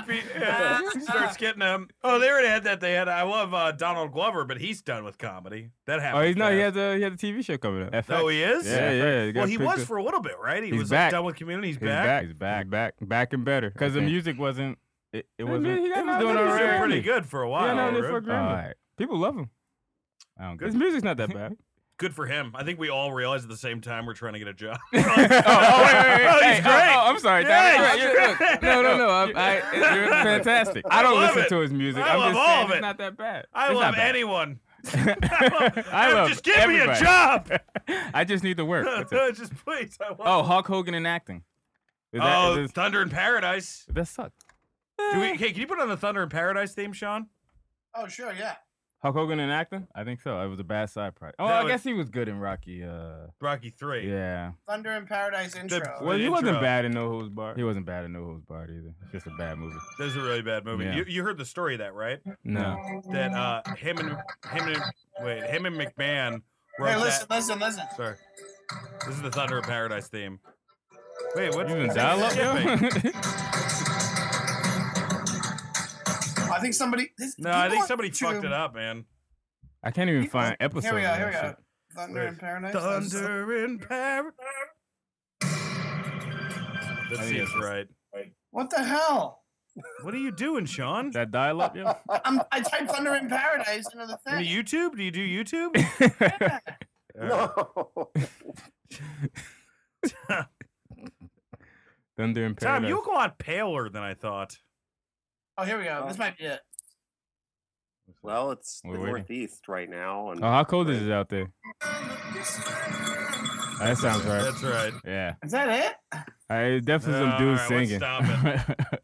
B: Pete yeah, starts getting um. Oh, they already had that. They had. I love uh, Donald Glover, but he's done with comedy. That happened.
D: Oh, he's not. He has a he has a TV show coming up. FX.
B: Oh, he is.
D: yeah, yeah. got
B: Well, he
D: picked
B: was
D: up.
B: for a little bit, right? He
D: He's
B: was
D: back.
B: Like, done with community. He's
D: He's
B: back.
D: He's back. He's back. Back and better.
C: Because the
D: Okay.
C: music wasn't. It, it
D: mean,
C: wasn't.
D: he got
C: it was
D: nothing
C: doing
D: to
C: all
B: He was
D: do.
B: doing
C: right.
B: pretty good for a while.
D: no, this
B: bro.
D: for Grammy.
C: Alright.
D: People love him.
C: I don't get
D: His
C: it.
D: music's not that bad.
B: good for him. I think we all realize at the same time we're trying to get a job.
D: oh, wait, wait, wait.
B: Oh, he's
D: Hey,
B: great.
D: Oh, oh, I'm sorry.
B: Yeah,
D: Dad,
B: he's
D: you're right. You're-
B: great.
D: look, No, no, no. I, I, you're fantastic. I don't
B: love
D: listen
B: it.
D: to his music.
B: I
D: am
B: love all
D: just saying
B: of
D: it's
B: it.
D: not that bad.
B: I
D: It's not
B: love
D: bad.
B: anyone. I love,
D: I love
B: just give me a
D: everybody.
B: job.
D: I just need to work. That's it.
B: just please. I
D: Oh,
B: want.
D: Hulk Hogan in acting. Is
B: oh,
D: that, is this-
B: Thunder in Paradise.
D: that sucked.
B: Do we, hey, can you put on the Thunder in Paradise theme, Sean?
A: Oh sure, yeah.
D: Hulk Hogan in acting? I think so. It was a bad side project. Oh,
B: That
D: I
B: was-
D: guess he was good in Rocky. Uh,
B: Rocky Three.
D: yeah.
A: Thunder in Paradise intro.
B: Well,
D: Well,
B: Oh, the
D: he wasn't
B: intro.
D: bad in No Holds Bar. He wasn't bad in No Holds Bar either. It's just a bad movie.
B: That was a really bad movie.
D: Yeah.
B: You, you heard the story of that, right?
D: No.
B: That uh, him and him and wait, him and McMahon wrote
A: Hey, listen,
B: that.
A: listen, listen.
B: Sorry, this is the Thunder in Paradise theme. Wait, what's
D: You in
B: what's
D: dial up,
B: shipping?
D: yo?
A: I think somebody. This,
B: No, I
A: people
B: think
A: on
B: somebody
A: YouTube-
B: fucked it up, man.
D: I can't even
A: People-
D: find episodes.
A: Here we go.
D: of
A: Here we
D: that
A: go.
D: shit.
A: Thunder in Paradise. That's-
B: Thunder in Paradise. That
D: think
B: seems
D: it's-
B: right.
A: What the hell?
B: What are you doing, Sean?
D: That dial up, yo?
A: I'm, I typed Thunder in Paradise into the
B: Any
A: thing.
B: YouTube? Do you do YouTube?
A: Yeah.
E: No.
D: Thunder in
B: Tom,
D: Paradise.
B: you look a lot paler than I thought.
A: Oh, here we go. This might be it.
E: Well, it's
D: We're
E: the
D: waiting.
E: northeast right now, and
D: Oh, how cold is it out there? Oh, That sounds right.
B: That's right.
D: Yeah.
A: Is that it?
D: I, it's definitely some
B: Uh,
D: dude
B: alright, let's
D: singing.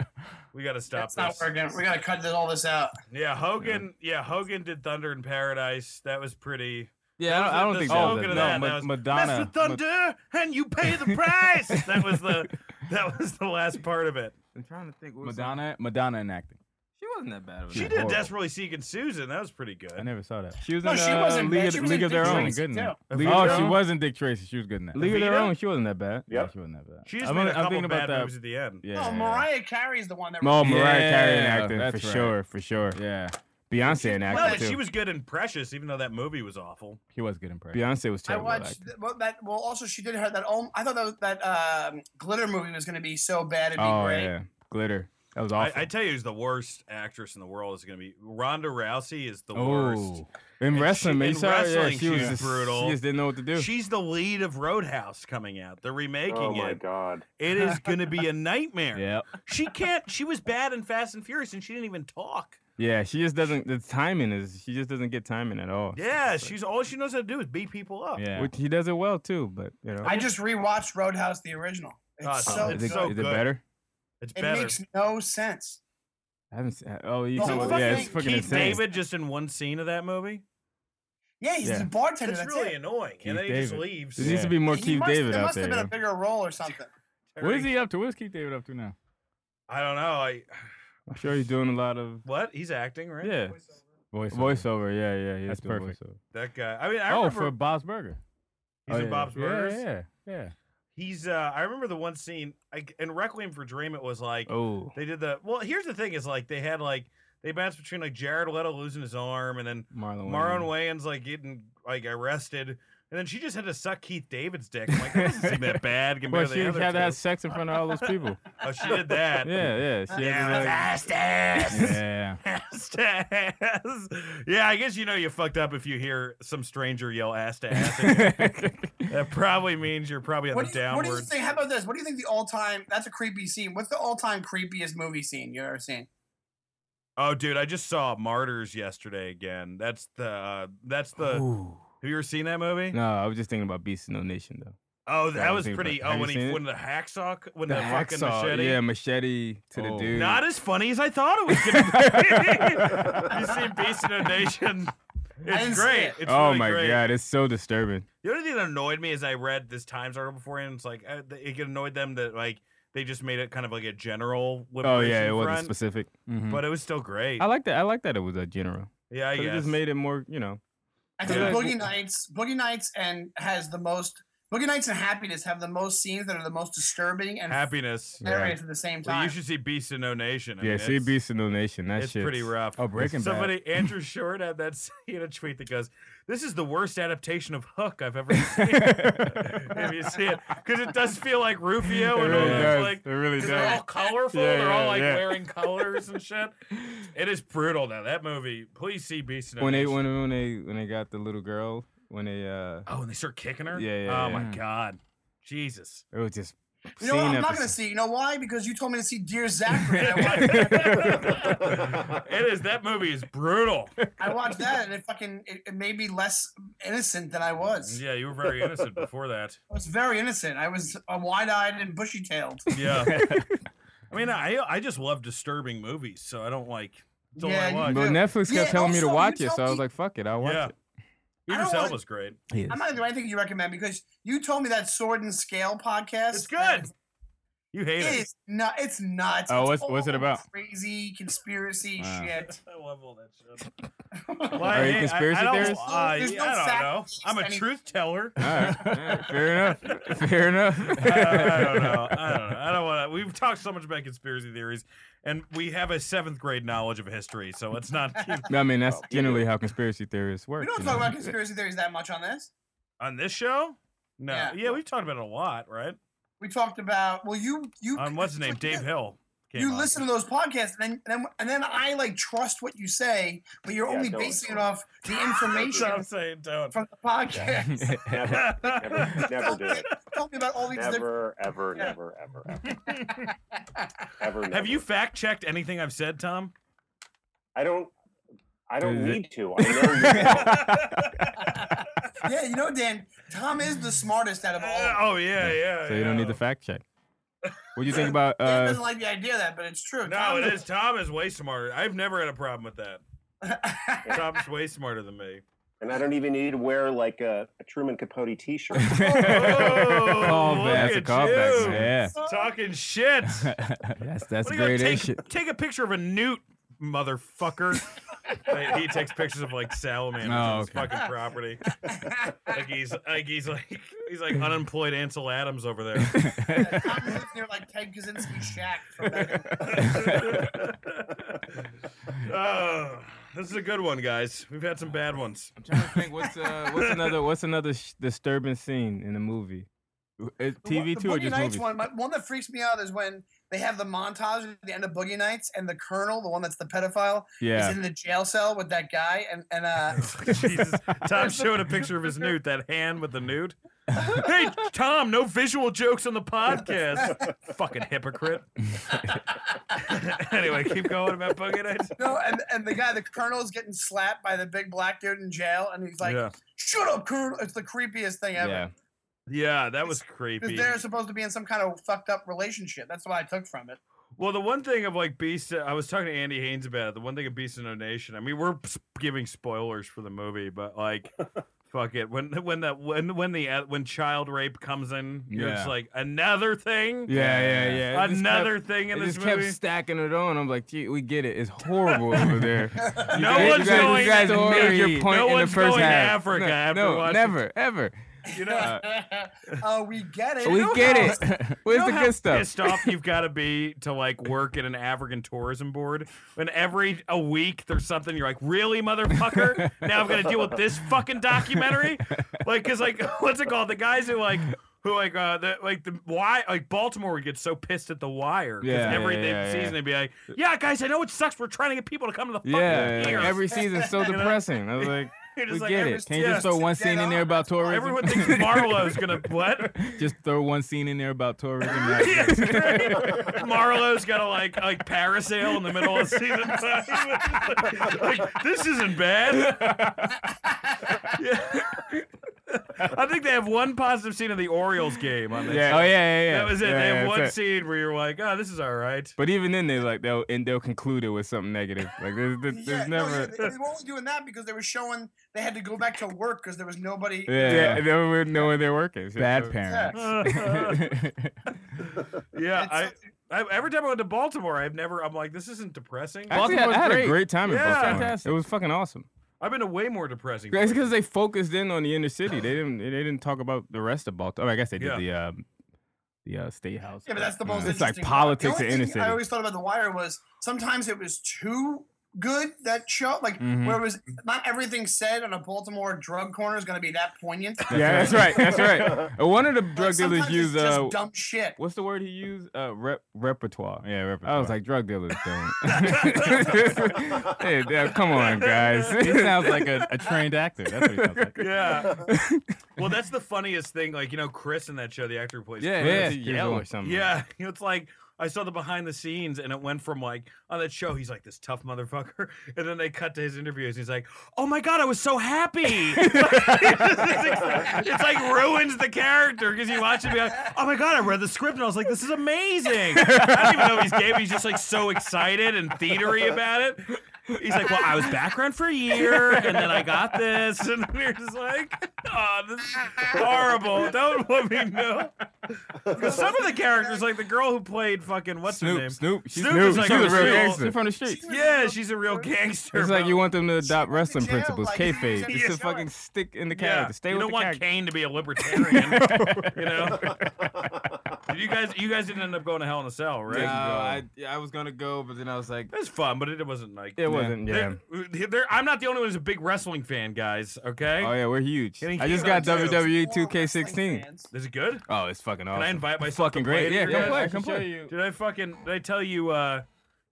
B: We got to stop
A: That's not
B: this.
A: working. We gotta cut this, all this out.
B: Yeah, Hogan. Yeah. Hogan did Thunder in Paradise. That was pretty.
D: yeah, I don't, I don't
B: the
D: think
B: slogan
D: so.
B: of
D: No,
B: that,
D: Ma-
B: that was,
D: Madonna.
B: That's the
D: Ma-
B: Thunder, and you pay the price. that was the. That was the last part of it.
F: I'm trying to think. What was Madonna.
D: Madonna, Madonna in acting.
F: She wasn't that bad of a
B: She
D: was
B: did
D: horrible.
B: Desperately Seeking Susan. That was pretty good.
D: I never saw that. She was
A: No,
D: in
A: she
D: uh,
A: wasn't bad.
D: League,
A: She
D: of,
A: was
D: League
A: in
D: of Their
A: Dick
D: Own.
A: Tracy,
D: Goodness.
A: too.
B: League of
D: Oh,
B: Their
D: she
B: Own?
D: was in Dick Tracy. She was good in that. League of Their
B: Evita?
D: Own. She wasn't that bad. Yeah,
E: Yep.
D: she wasn't that bad.
B: She just
D: I'm,
B: made a
D: I'm
B: couple
D: thinking
B: bad
D: about that.
B: movies at the end.
D: Yeah.
A: No, Oh, Mariah Carey's the one that.
D: No, Mariah Carey in
C: Yeah,
D: acting for
C: that's right.
D: sure, for sure.
C: Yeah.
D: Beyonce in
B: Well,
D: acting
B: but
D: too.
B: she was good in Precious, even though that movie was awful.
C: He was good in practice.
D: Beyonce was
A: I
D: terrible. at
A: watched
D: acting.
A: th- well, that. Well, also she did her that. Om- I thought that was- that um, glitter movie was going to be so bad it'd be
D: Oh
A: great.
D: yeah, glitter.
C: That was
B: I,
C: awful.
B: I tell you, who's the worst actress in the world is going to be Ronda Rousey. Is the worst.
C: oh, in
B: she-
C: wrestling, man,
B: in
C: you saw her, yeah,
B: wrestling,
C: she,
B: she
C: was
B: was
C: just,
B: brutal.
C: She just didn't know what to do.
B: She's the lead of Roadhouse coming out. They're remaking
E: Oh my
B: it.
E: god.
B: It is going to be a nightmare.
C: yeah,
B: She can't. She was bad in Fast and Furious, and she didn't even talk.
C: yeah. She just doesn't. The timing is. She just doesn't get timing at all.
B: Yeah, she's all she knows how to do is beat people up.
C: Yeah. Which he does it well too, but you know,
A: I just rewatched Roadhouse the original. It's
B: Oh, it's
A: so
B: awesome.
C: is, it,
A: good.
C: is it
B: good.
C: better?
B: It's
A: It
B: better.
A: makes no sense.
C: I haven't. Seen, oh, you
A: No,
C: talking
A: it's
C: about? Yeah,
A: fucking
C: it's fucking
B: Keith
C: insane.
B: David just in one scene of that movie.
A: Yeah, he's
C: Yeah.
A: a bartender.
B: That's,
A: That's,
B: really
A: it.
B: annoying. and then
C: Keith
B: he just
C: David.
B: leaves.
C: There needs Yeah. to be more
A: He
C: Keith
A: must-
C: David
A: There
C: out
A: must
C: there.
A: have been a
C: yo.
A: bigger role or something.
C: What is he up to? What is Keith David up to now?
B: I don't know. I
C: I'm sure he's doing a lot of
B: what? He's acting, right?
C: yeah
D: Voiceover.
C: voiceover. Yeah, yeah, yeah.
D: That's perfect.
B: That guy. I mean, I
C: Oh,
B: remember
C: for Bob's Burger.
B: he's
C: oh,
B: in
C: yeah,
B: Bob's
C: yeah,
B: Burgers.
C: Yeah, yeah,
B: He's. uh I remember the one scene. Like in Requiem for Dream, it was like
C: yeah. Oh,
B: they did the. Well, here's the thing: is like they had like they bounced between like Jared Leto losing his arm, and then
C: Marlon.
B: Marlon
C: Wayans.
B: Wayans like getting like arrested, and then she just had to suck Keith David's dick. I'm like, that doesn't seem that bad
C: Well,
B: compared
C: she
B: to the other
C: had to
B: two.
C: have sex in front of all those people.
B: Oh, she did that.
C: yeah, yeah. She had
B: Yeah,
C: to,
B: fastest.
C: like, yeah.
B: ass to ass. Yeah, I guess you know you fucked up if you hear some stranger yell ass to ass. at you. that probably means you're probably on
A: What
B: the
A: do, you, what do you
B: downward.
A: think? How about this? What do you think the all-time? That's a creepy scene. What's the all-time creepiest movie scene you've ever seen?
B: Oh, dude, I just saw Martyrs yesterday again. That's the uh, that's the.
C: Ooh.
B: Have you ever seen that movie?
C: No, I was just thinking about Beast of No Nation though.
B: Oh, that
C: I
B: was
C: think about-
B: pretty.
C: have
B: Oh,
C: you
B: when he
C: seen it?
B: when the hacksaw when the, fucking
C: hacksaw,
B: machete.
C: Yeah, machete to the
D: Oh.
C: dude.
B: Not as funny as I thought it was gonna be. you see, Beast in a Nation.
A: didn't
B: It's
A: see
B: great.
A: it.
B: It's
C: oh
B: really
C: my
B: great.
C: god, it's so disturbing.
B: The only thing that annoyed me is I read this Times article before, and it's like uh, th- it annoyed them that like they just made it kind of like a general.
C: Oh yeah,
B: liberation
C: it wasn't
B: front,
C: specific. Mhm.
B: but it was still great.
C: I like that. I like that it was a general.
B: yeah, I
C: 'Cause It
B: guess.
C: just made it more, you know.
A: I think
B: Yeah.
A: Boogie Nights, Boogie Nights, and has the most. Boogie Nights and Happiness have the most scenes that are the most disturbing and
B: happiness.
A: hilarious at the same
B: Well,
A: time.
B: you should see Beast in No Nation. I
C: yeah,
B: mean,
C: see,
B: it's-
C: Beast of No Nation. That
B: It's
C: shit's-
B: pretty rough.
D: Oh, Breaking Bad.
B: Somebody Andrew Short had that s- he had a tweet that goes, "This is the worst adaptation of Hook I've ever seen." if you see it, because it does feel like Rufio
C: It
B: and
C: really
B: all those,
C: does.
B: like
C: it really
B: because they're
C: does.
B: all colorful.
C: Yeah,
B: they're all
C: yeah,
B: like
C: yeah.
B: wearing colors and shit. It is brutal. Now that movie, please see Beast. in
C: when they
B: Action.
C: when when they when they got the little girl when they uh
B: oh, and they start kicking her.
C: Yeah, yeah,
B: oh
C: yeah.
B: my god, Jesus.
C: it was just
A: You know what?
C: scene
A: I'm not
C: after
A: going to
C: scene.
A: see. You know why? Because you told me to see Dear Zachary. and I watched,
B: it is. That movie is brutal.
A: I watched that, and it fucking it, it made me less innocent than I was.
B: Yeah, you were very innocent before that.
A: I was very innocent. I was uh, wide-eyed and bushy-tailed.
B: Yeah. I mean, I I just love disturbing movies, so I don't like. Don't
A: Yeah,
B: Oh, yeah,
A: you-
B: watch.
C: But Netflix kept
A: Yeah,
C: telling me to
A: also, you
C: watch it, so
A: told
C: I was
A: me-
C: like, "Fuck it, I'll watch
B: Yeah.
C: it."
A: I
B: Idris
A: don't
B: Elba's
A: wanna-
B: great.
A: I'm not gonna do anything you recommend because you told me that Sword and Scale podcast.
B: It's
A: and
B: good. You hate
A: It
B: it.
A: is not. It's nuts.
C: Oh,
A: It's
C: what's- what's it
A: all
C: about?
A: Crazy conspiracy
C: Wow.
A: shit.
B: I love all that shit.
A: All
B: Why,
C: Are you
B: hey, I-
C: conspiracy
B: I, don't-
C: theorist?
B: uh,
A: There's no
B: I don't
A: fact
B: know.
A: based
B: I'm a
A: anything.
B: truth teller.
C: All right. All right. Fair enough. Fair
B: I, I don't know. I don't
C: enough.
B: know. I don't want to. We've talked so much about conspiracy theories, and we have a seventh grade knowledge of history, so let's not keep
C: I mean, that's
E: Well, you
C: generally how conspiracy theorists work.
A: we don't
C: you
A: talk
C: know?
A: about conspiracy theories that much on this.
B: on this show. No, yeah,
A: Yeah.
B: we've talked about it a lot, right?
A: We talked about well, you you
B: On Um, what's his name, Dave Hill. came
A: You
B: on.
A: listen to those podcasts, and then, and then and then I like trust what you say, but you're
E: Yeah,
A: only
E: don't.
A: basing it off the
B: That's what I'm
A: information
B: saying. Don't.
A: from the podcast.
E: never, never, never do it.
A: Tell me about all these. different-
E: Never, ever,
A: Yeah.
E: never, ever, ever, ever. never.
B: Have you fact checked anything I've said, Tom?
E: I don't. I don't
C: Is it-
E: need to. I know you. don't.
A: yeah, you know, Dan, Tom is the smartest out of all. of us.
B: Uh, oh yeah, yeah.
C: So you don't need
A: Oh.
B: yeah.
C: the fact check. What do you think about?
A: Dan
C: Uh,
A: doesn't like the idea of that, but it's true.
B: No,
A: Tom
B: it is. Tom is way smarter. I've never had a problem with that. Tom's way smarter than me.
E: And I don't even need to wear like a, a Truman Capote T-shirt.
B: Oh,
C: callback.
B: look
C: That's a
B: at
C: callback.
B: you.
C: man.
B: Talking shit. What
C: Yeah. that's that's
B: do you go
C: great A
B: take,
C: shit.
B: take a picture of a newt, motherfucker. Like, he takes pictures of like salamanders on
C: Oh,
B: his
C: okay.
B: fucking property. Like he's like he's like he's like unemployed Ansel Adams over there.
A: Yeah, Tom lives near like Ted Kaczynski's shack. From back in-
B: oh, this is a good one, guys. We've had some bad ones.
D: I'm trying to think what's
C: Uh, what's another? What's another sh- disturbing scene in the movie? Is
A: The one-
C: TV
A: the
C: too or
A: Boogie
C: just
A: Nights
C: movies?
A: one. my- one that freaks me out is when they have the montage at the end of Boogie Nights and the Colonel, the one that's the pedophile, is
C: yeah.
A: in the jail cell with that guy and and uh.
B: Jesus. Tom showed a picture of his newt, that hand with the newt. hey, Tom, no visual jokes on the podcast. Fucking hypocrite. anyway, keep going about Boogie Nights.
A: No, and, and the guy, the colonel's getting slapped by the big black dude in jail, and he's like,
B: yeah.
A: "Shut up, colonel!" It's the creepiest thing ever.
C: Yeah.
B: yeah, that was
A: 'Cause
B: creepy.
A: they're supposed to be in some kind of fucked up relationship. That's what I took from it.
B: Well, the one thing of like Beast, I was talking to Andy Haynes about it. The one thing of Beast in No Nation. I mean, we're s- giving spoilers for the movie, but like, fuck it. When when that when when the uh, when child rape comes in, you're just
C: Yeah.
B: like another thing,
C: Yeah, yeah,
D: Yeah.
C: yeah. It just kept-
B: another thing in
C: They
B: this
C: just
B: movie.
C: kept stacking it on. I'm like, gee, we get it. It's horrible over there. You
B: No
C: guys- you
B: one's
C: guys-
B: going
C: You guys
B: to
C: made
B: Norway.
C: your point
B: No
C: in the
B: one's
C: first
B: going to
C: half.
B: Africa
C: no,
B: after
C: no,
B: watching-
C: never, ever.
B: you know,
A: oh, we get it.
C: uh, we
B: know
C: get
B: how-
C: it.
B: you
C: Where's
B: know
C: the
B: how
C: good stuff?
B: Pissed off you've got to be to like work at an African tourism board when every a week there's something you're like, really, motherfucker? now I've got to deal with this fucking documentary. Like, cause like, what's it called? The guys who like. Who like uh the like the why like Baltimore would get so pissed at the wire 'cause
C: Yeah,
B: every
C: yeah,
B: day-
C: yeah, yeah.
B: season they'd be like yeah guys I know it sucks we're trying to get people to come to the fucking
C: Yeah, like,
B: theaters."
C: every season's so
B: You know?
C: depressing. I was like,
B: You're just
C: we
B: like,
C: get
B: every-
C: it. Can you
B: yeah,
C: just throw one
A: dead
C: scene in there
A: on.
C: about tourism?
B: everyone thinks Marlowe's gonna what
C: just throw one scene in there about tourism.
B: Yes, right. Marlowe's got a like like parasail in the middle of season five. like this isn't bad. Yeah. I think they have one positive scene of the Orioles game on this.
C: Yeah. Oh yeah, yeah, yeah.
B: That was it.
C: Yeah,
B: they
C: yeah,
B: have
C: that's
B: one
C: it.
B: scene where you're like, oh, this is all right.
C: But even then, they like they'll and they'll conclude it with something negative. Like there's, there's,
A: Yeah,
C: there's
A: no,
C: never.
A: yeah, they, they were only doing that because they were showing they had to go back to work because there was nobody.
C: Yeah,
B: Yeah.
C: yeah. they would know where their work is.
D: Bad
A: parents.
B: yeah,
A: It's
B: I,
A: something-
B: I every time I went to Baltimore, I've never. I'm like, this isn't depressing.
C: Actually, I,
D: Baltimore's
C: I had
D: great.
C: a great time in
B: Yeah.
C: Baltimore.
D: Fantastic.
C: It was fucking awesome.
B: I've been to way more depressing.
C: It's
B: places.
C: because they focused in on the inner city. They didn't. They didn't talk about the rest of Baltimore. I guess they did
B: Yeah.
C: the um, the uh, state house.
A: Yeah, but that's the most.
C: it's like
A: interesting part. The
C: politics
A: only
C: of inner
A: thing
C: city.
A: I always thought about The Wire was sometimes it was too good that show, like
C: Mhm.
A: where it was not everything said on a Baltimore drug corner is going to be that poignant. Like,
C: yeah, that's right. That's right. Uh, One of the drug dealers
A: sometimes
C: used
A: it's
C: uh,
A: just dumb shit.
C: what's the word he used? Uh, rep repertoire.
D: Yeah,
C: I was like, drug dealers don't. hey, yeah, come on, guys.
D: he sounds like a, a trained actor. That's what he sounds like.
B: Yeah. well, that's the funniest thing. Like you know, Chris in that show, the actor who plays.
C: yeah,
B: Chris,
C: yeah,
D: he
C: yeah,
D: yelled.
C: or something.
B: Yeah, it's like I saw the behind the scenes, and it went from like on that show, he's like this tough motherfucker, and then they cut to his interviews. And he's like, "Oh my god, I was so happy!" it's, like, it's like ruins the character because you watch it, and be like, "Oh my god, I read the script, and I was like, this is amazing." I don't even know if he's gay, but he's just like so excited and theatery about it. He's like, "Well, I was background for a year, and then I got this," and you're just like, "Oh, this is horrible! Don't let me know." Because some of the characters, like the girl who played fucking what's her name,
C: Snoop, Snoop, she's
B: Snoop
C: Snoop.
B: is like
C: she's
B: a
C: a real
B: real-
C: gangster. She's from the street.
B: yeah, she's a real gangster.
C: It's like
B: bro.
C: you want them to adopt
A: went to
C: wrestling
A: jail,
C: principles,
A: like,
C: kayfabe.
A: she's
C: Just to
A: just
C: fucking stick in the
B: Yeah.
C: character. Stay
B: you
C: with
B: don't
C: the
B: want
C: character.
B: Kane to be a libertarian, you know. Did you guys, you guys didn't end up going to Hell in a Cell, right?
C: No, Uh, I, I was gonna go, but then I was like,
B: it was fun, but it wasn't like
C: it wasn't. Yeah.
B: They're- they're- I'm not the only one who's a big wrestling fan, guys. Okay,
C: Oh yeah, we're huge.
B: I mean,
C: I
B: you
C: just
B: know,
C: got E
B: too.
C: WWE
A: Four
C: 2K16.
A: wrestling fans.
B: is it good?
C: Oh, it's fucking awesome.
B: Can I invite
C: It's
B: myself?
C: fucking
B: to play it
C: great. Yeah,
B: with you
C: come
B: guys?
C: play, come play.
B: Did I fucking? Did I tell you? uh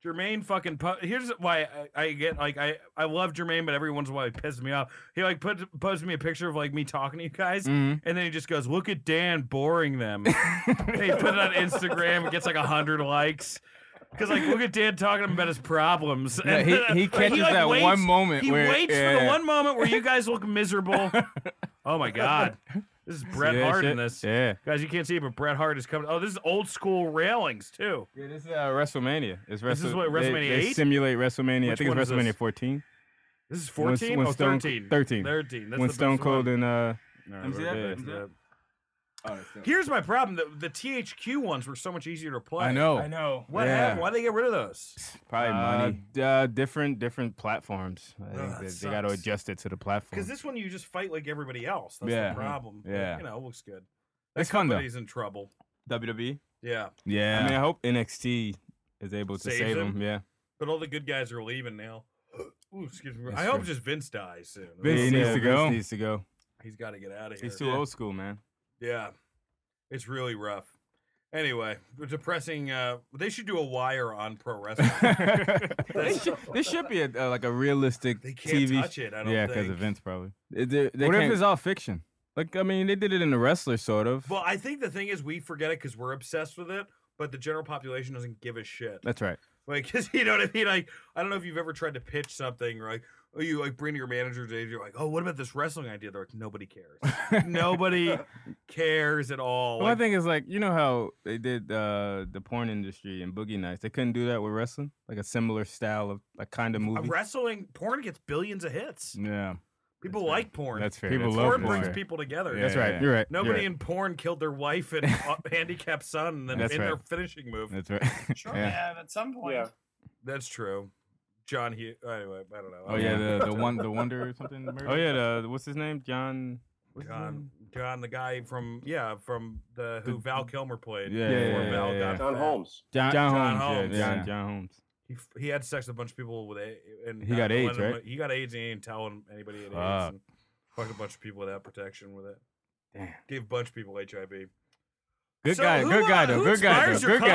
B: Jermaine fucking po- here's why I, I get like I I love Jermaine but every once in a while he pisses me off. He like put posted me a picture of like me talking to you guys
C: Mhm.
B: and then he just goes look at Dan boring them. and he put it on Instagram it gets like a hundred likes because like look at Dan talking about his problems.
C: Yeah,
B: and
C: he-
B: then-
C: he
B: like,
C: catches
B: like,
C: that
B: waits-
C: one moment
B: He
C: where-
B: waits for the
C: yeah.
B: one moment where you guys look miserable. oh my god, this is Bret
C: yeah,
B: Hart in
C: shit.
B: this.
C: Yeah.
B: Guys, you can't see it, but Bret Hart is coming. Oh, this is old school railings too.
C: Yeah, this is uh, WrestleMania. It's
B: This is
C: Wrestle-
B: what,
C: they-
B: WrestleMania
C: They,
B: 8?
C: simulate WrestleMania.
B: Which
C: I think
B: one is
C: it's
B: this?
C: WrestleMania 14.
B: This is
C: When-
B: 14
C: when
B: oh,
C: Stone-
B: 13.
C: 13.
B: 13. That's
C: when
B: the
C: Stone
B: best
C: Cold
B: one.
C: and uh,
B: All right,
G: MJF,
B: we're back to
G: MJF.
B: that. Here's my problem: the, the THQ ones were so much easier to play.
C: I know.
D: I know.
B: What
C: Yeah.
B: happened? Why would they get rid of those?
C: probably
D: money.
C: Uh, different different platforms. I think
B: that
C: they, got to
B: sucks.
C: adjust it to the
B: Because
C: platform.
B: this one you just fight like everybody else. That's
C: Yeah.
B: the problem. But,
C: Yeah.
B: you know, it looks good.
C: It's fun, though. E?
B: He's in trouble.
C: WWE.
B: Yeah,
C: I
D: Yeah.
C: mean, I hope NXT is able to
B: Saves
C: save
B: them.
C: them. Yeah.
B: but all the good guys are leaving now. Ooh, excuse me.
C: That's
B: I hope
C: true.
B: just Vince dies soon.
C: Vince
D: needs
C: yeah,
D: to
C: Vince
D: go.
C: Needs to go.
B: He's got to get out of here.
C: He's too old school, man.
B: Yeah. It's really rough. Anyway, the depressing. Uh, they should do a wire on pro wrestling.
D: this, should, this should be a, uh, like a realistic
B: they can't
D: TV.
B: touch it. I don't
D: yeah,
B: because
D: of Vince probably. They- they- they
C: What if
D: can't-
C: it's all fiction?
D: like I mean, they did it in the wrestler sort of.
B: Well, I think the thing is we forget it because we're obsessed with it, but the general population doesn't give a shit.
D: That's right.
B: Like, 'cause you know what I mean? Like, I don't know if you've ever tried to pitch something, or like, oh, you like bring to your manager today. You're like, oh, what about this wrestling idea? They're like, nobody cares. nobody cares at all.
D: Well, I
B: Like,
D: think it's like you know how they did uh, the porn industry and Boogie Nights. They couldn't do that with wrestling, like a similar style of like kind of
B: uh,
D: movie.
B: wrestling porn gets billions of hits.
D: yeah,
B: People
D: fair.
B: like porn.
C: That's fair.
D: People
C: that's
D: love
B: porn
C: fair.
B: brings
D: porn.
B: people together.
D: that's
C: Yeah,
D: right.
C: yeah.
D: You're right. you're
B: Nobody
D: right.
B: in porn killed their wife and uh, handicapped son and then
D: That's
B: in their
D: right.
B: finishing move.
D: That's right.
A: Sure,
D: Yeah.
A: yeah. at some point.
E: Yeah.
B: That's true. John Hughes. Anyway, I don't know.
D: Oh yeah, the, the one the wonder or something.
C: Oh yeah, the, what's his name? John. what's his
B: John,
C: name?
B: John, the guy from yeah, from the who Val Kilmer played.
D: Yeah,
B: before
C: yeah,
B: Val
D: yeah,
B: got
D: yeah.
E: John
B: fat.
E: Holmes.
D: John,
C: John
B: John
C: Holmes.
B: Holmes.
C: Yeah, John
D: Yeah.
C: John Holmes.
B: He, f- he had sex with a bunch of people with a and
D: He
B: not
D: got
B: letting
D: AIDS,
B: them-
D: right?
B: He got AIDS and he didn't tell him- anybody he had AIDS.
D: Fuck.
B: And fucked a bunch of people without protection with it.
D: Damn.
B: Gave a bunch of people HIV.
D: Good
B: So
D: guy,
B: who,
D: good guy
B: uh,
D: though,
B: who
D: good guy
B: inspires
D: though,
B: your
D: good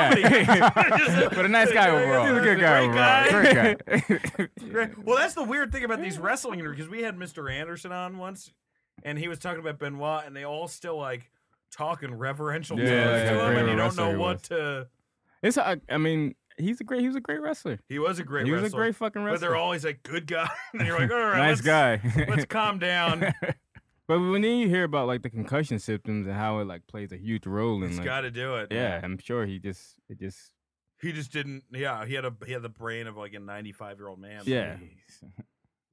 D: guy.
B: comedy?
D: but a nice guy
B: He's a
D: overall.
B: good guy.
D: Great guy.
B: Right. Well, that's the weird thing about these wrestling interviews. 'cause We had Mr. Anderson on once, and he was talking about Benoit, and they all still like talking reverential
D: Yeah,
B: terms
D: like
B: to
D: how
B: him,
D: great
B: and you
D: of a
B: don't
D: wrestler
B: know
D: he
B: what
D: was.
B: to.
D: It's I, I mean, he's a great he was a great wrestler.
B: He was a great
D: he was
B: wrestler,
D: a great fucking
B: but
D: wrestler.
B: they're always like good guy, and you're like, all right, let's,
D: nice guy.
B: let's calm down.
D: but when then you hear about like the concussion symptoms and how it like plays a huge role in
B: He's
D: like,
B: got to do it.
D: yeah, I'm sure he just it just
B: he just didn't. Yeah, he had a he had the brain of like a 95 year old man.
D: yeah.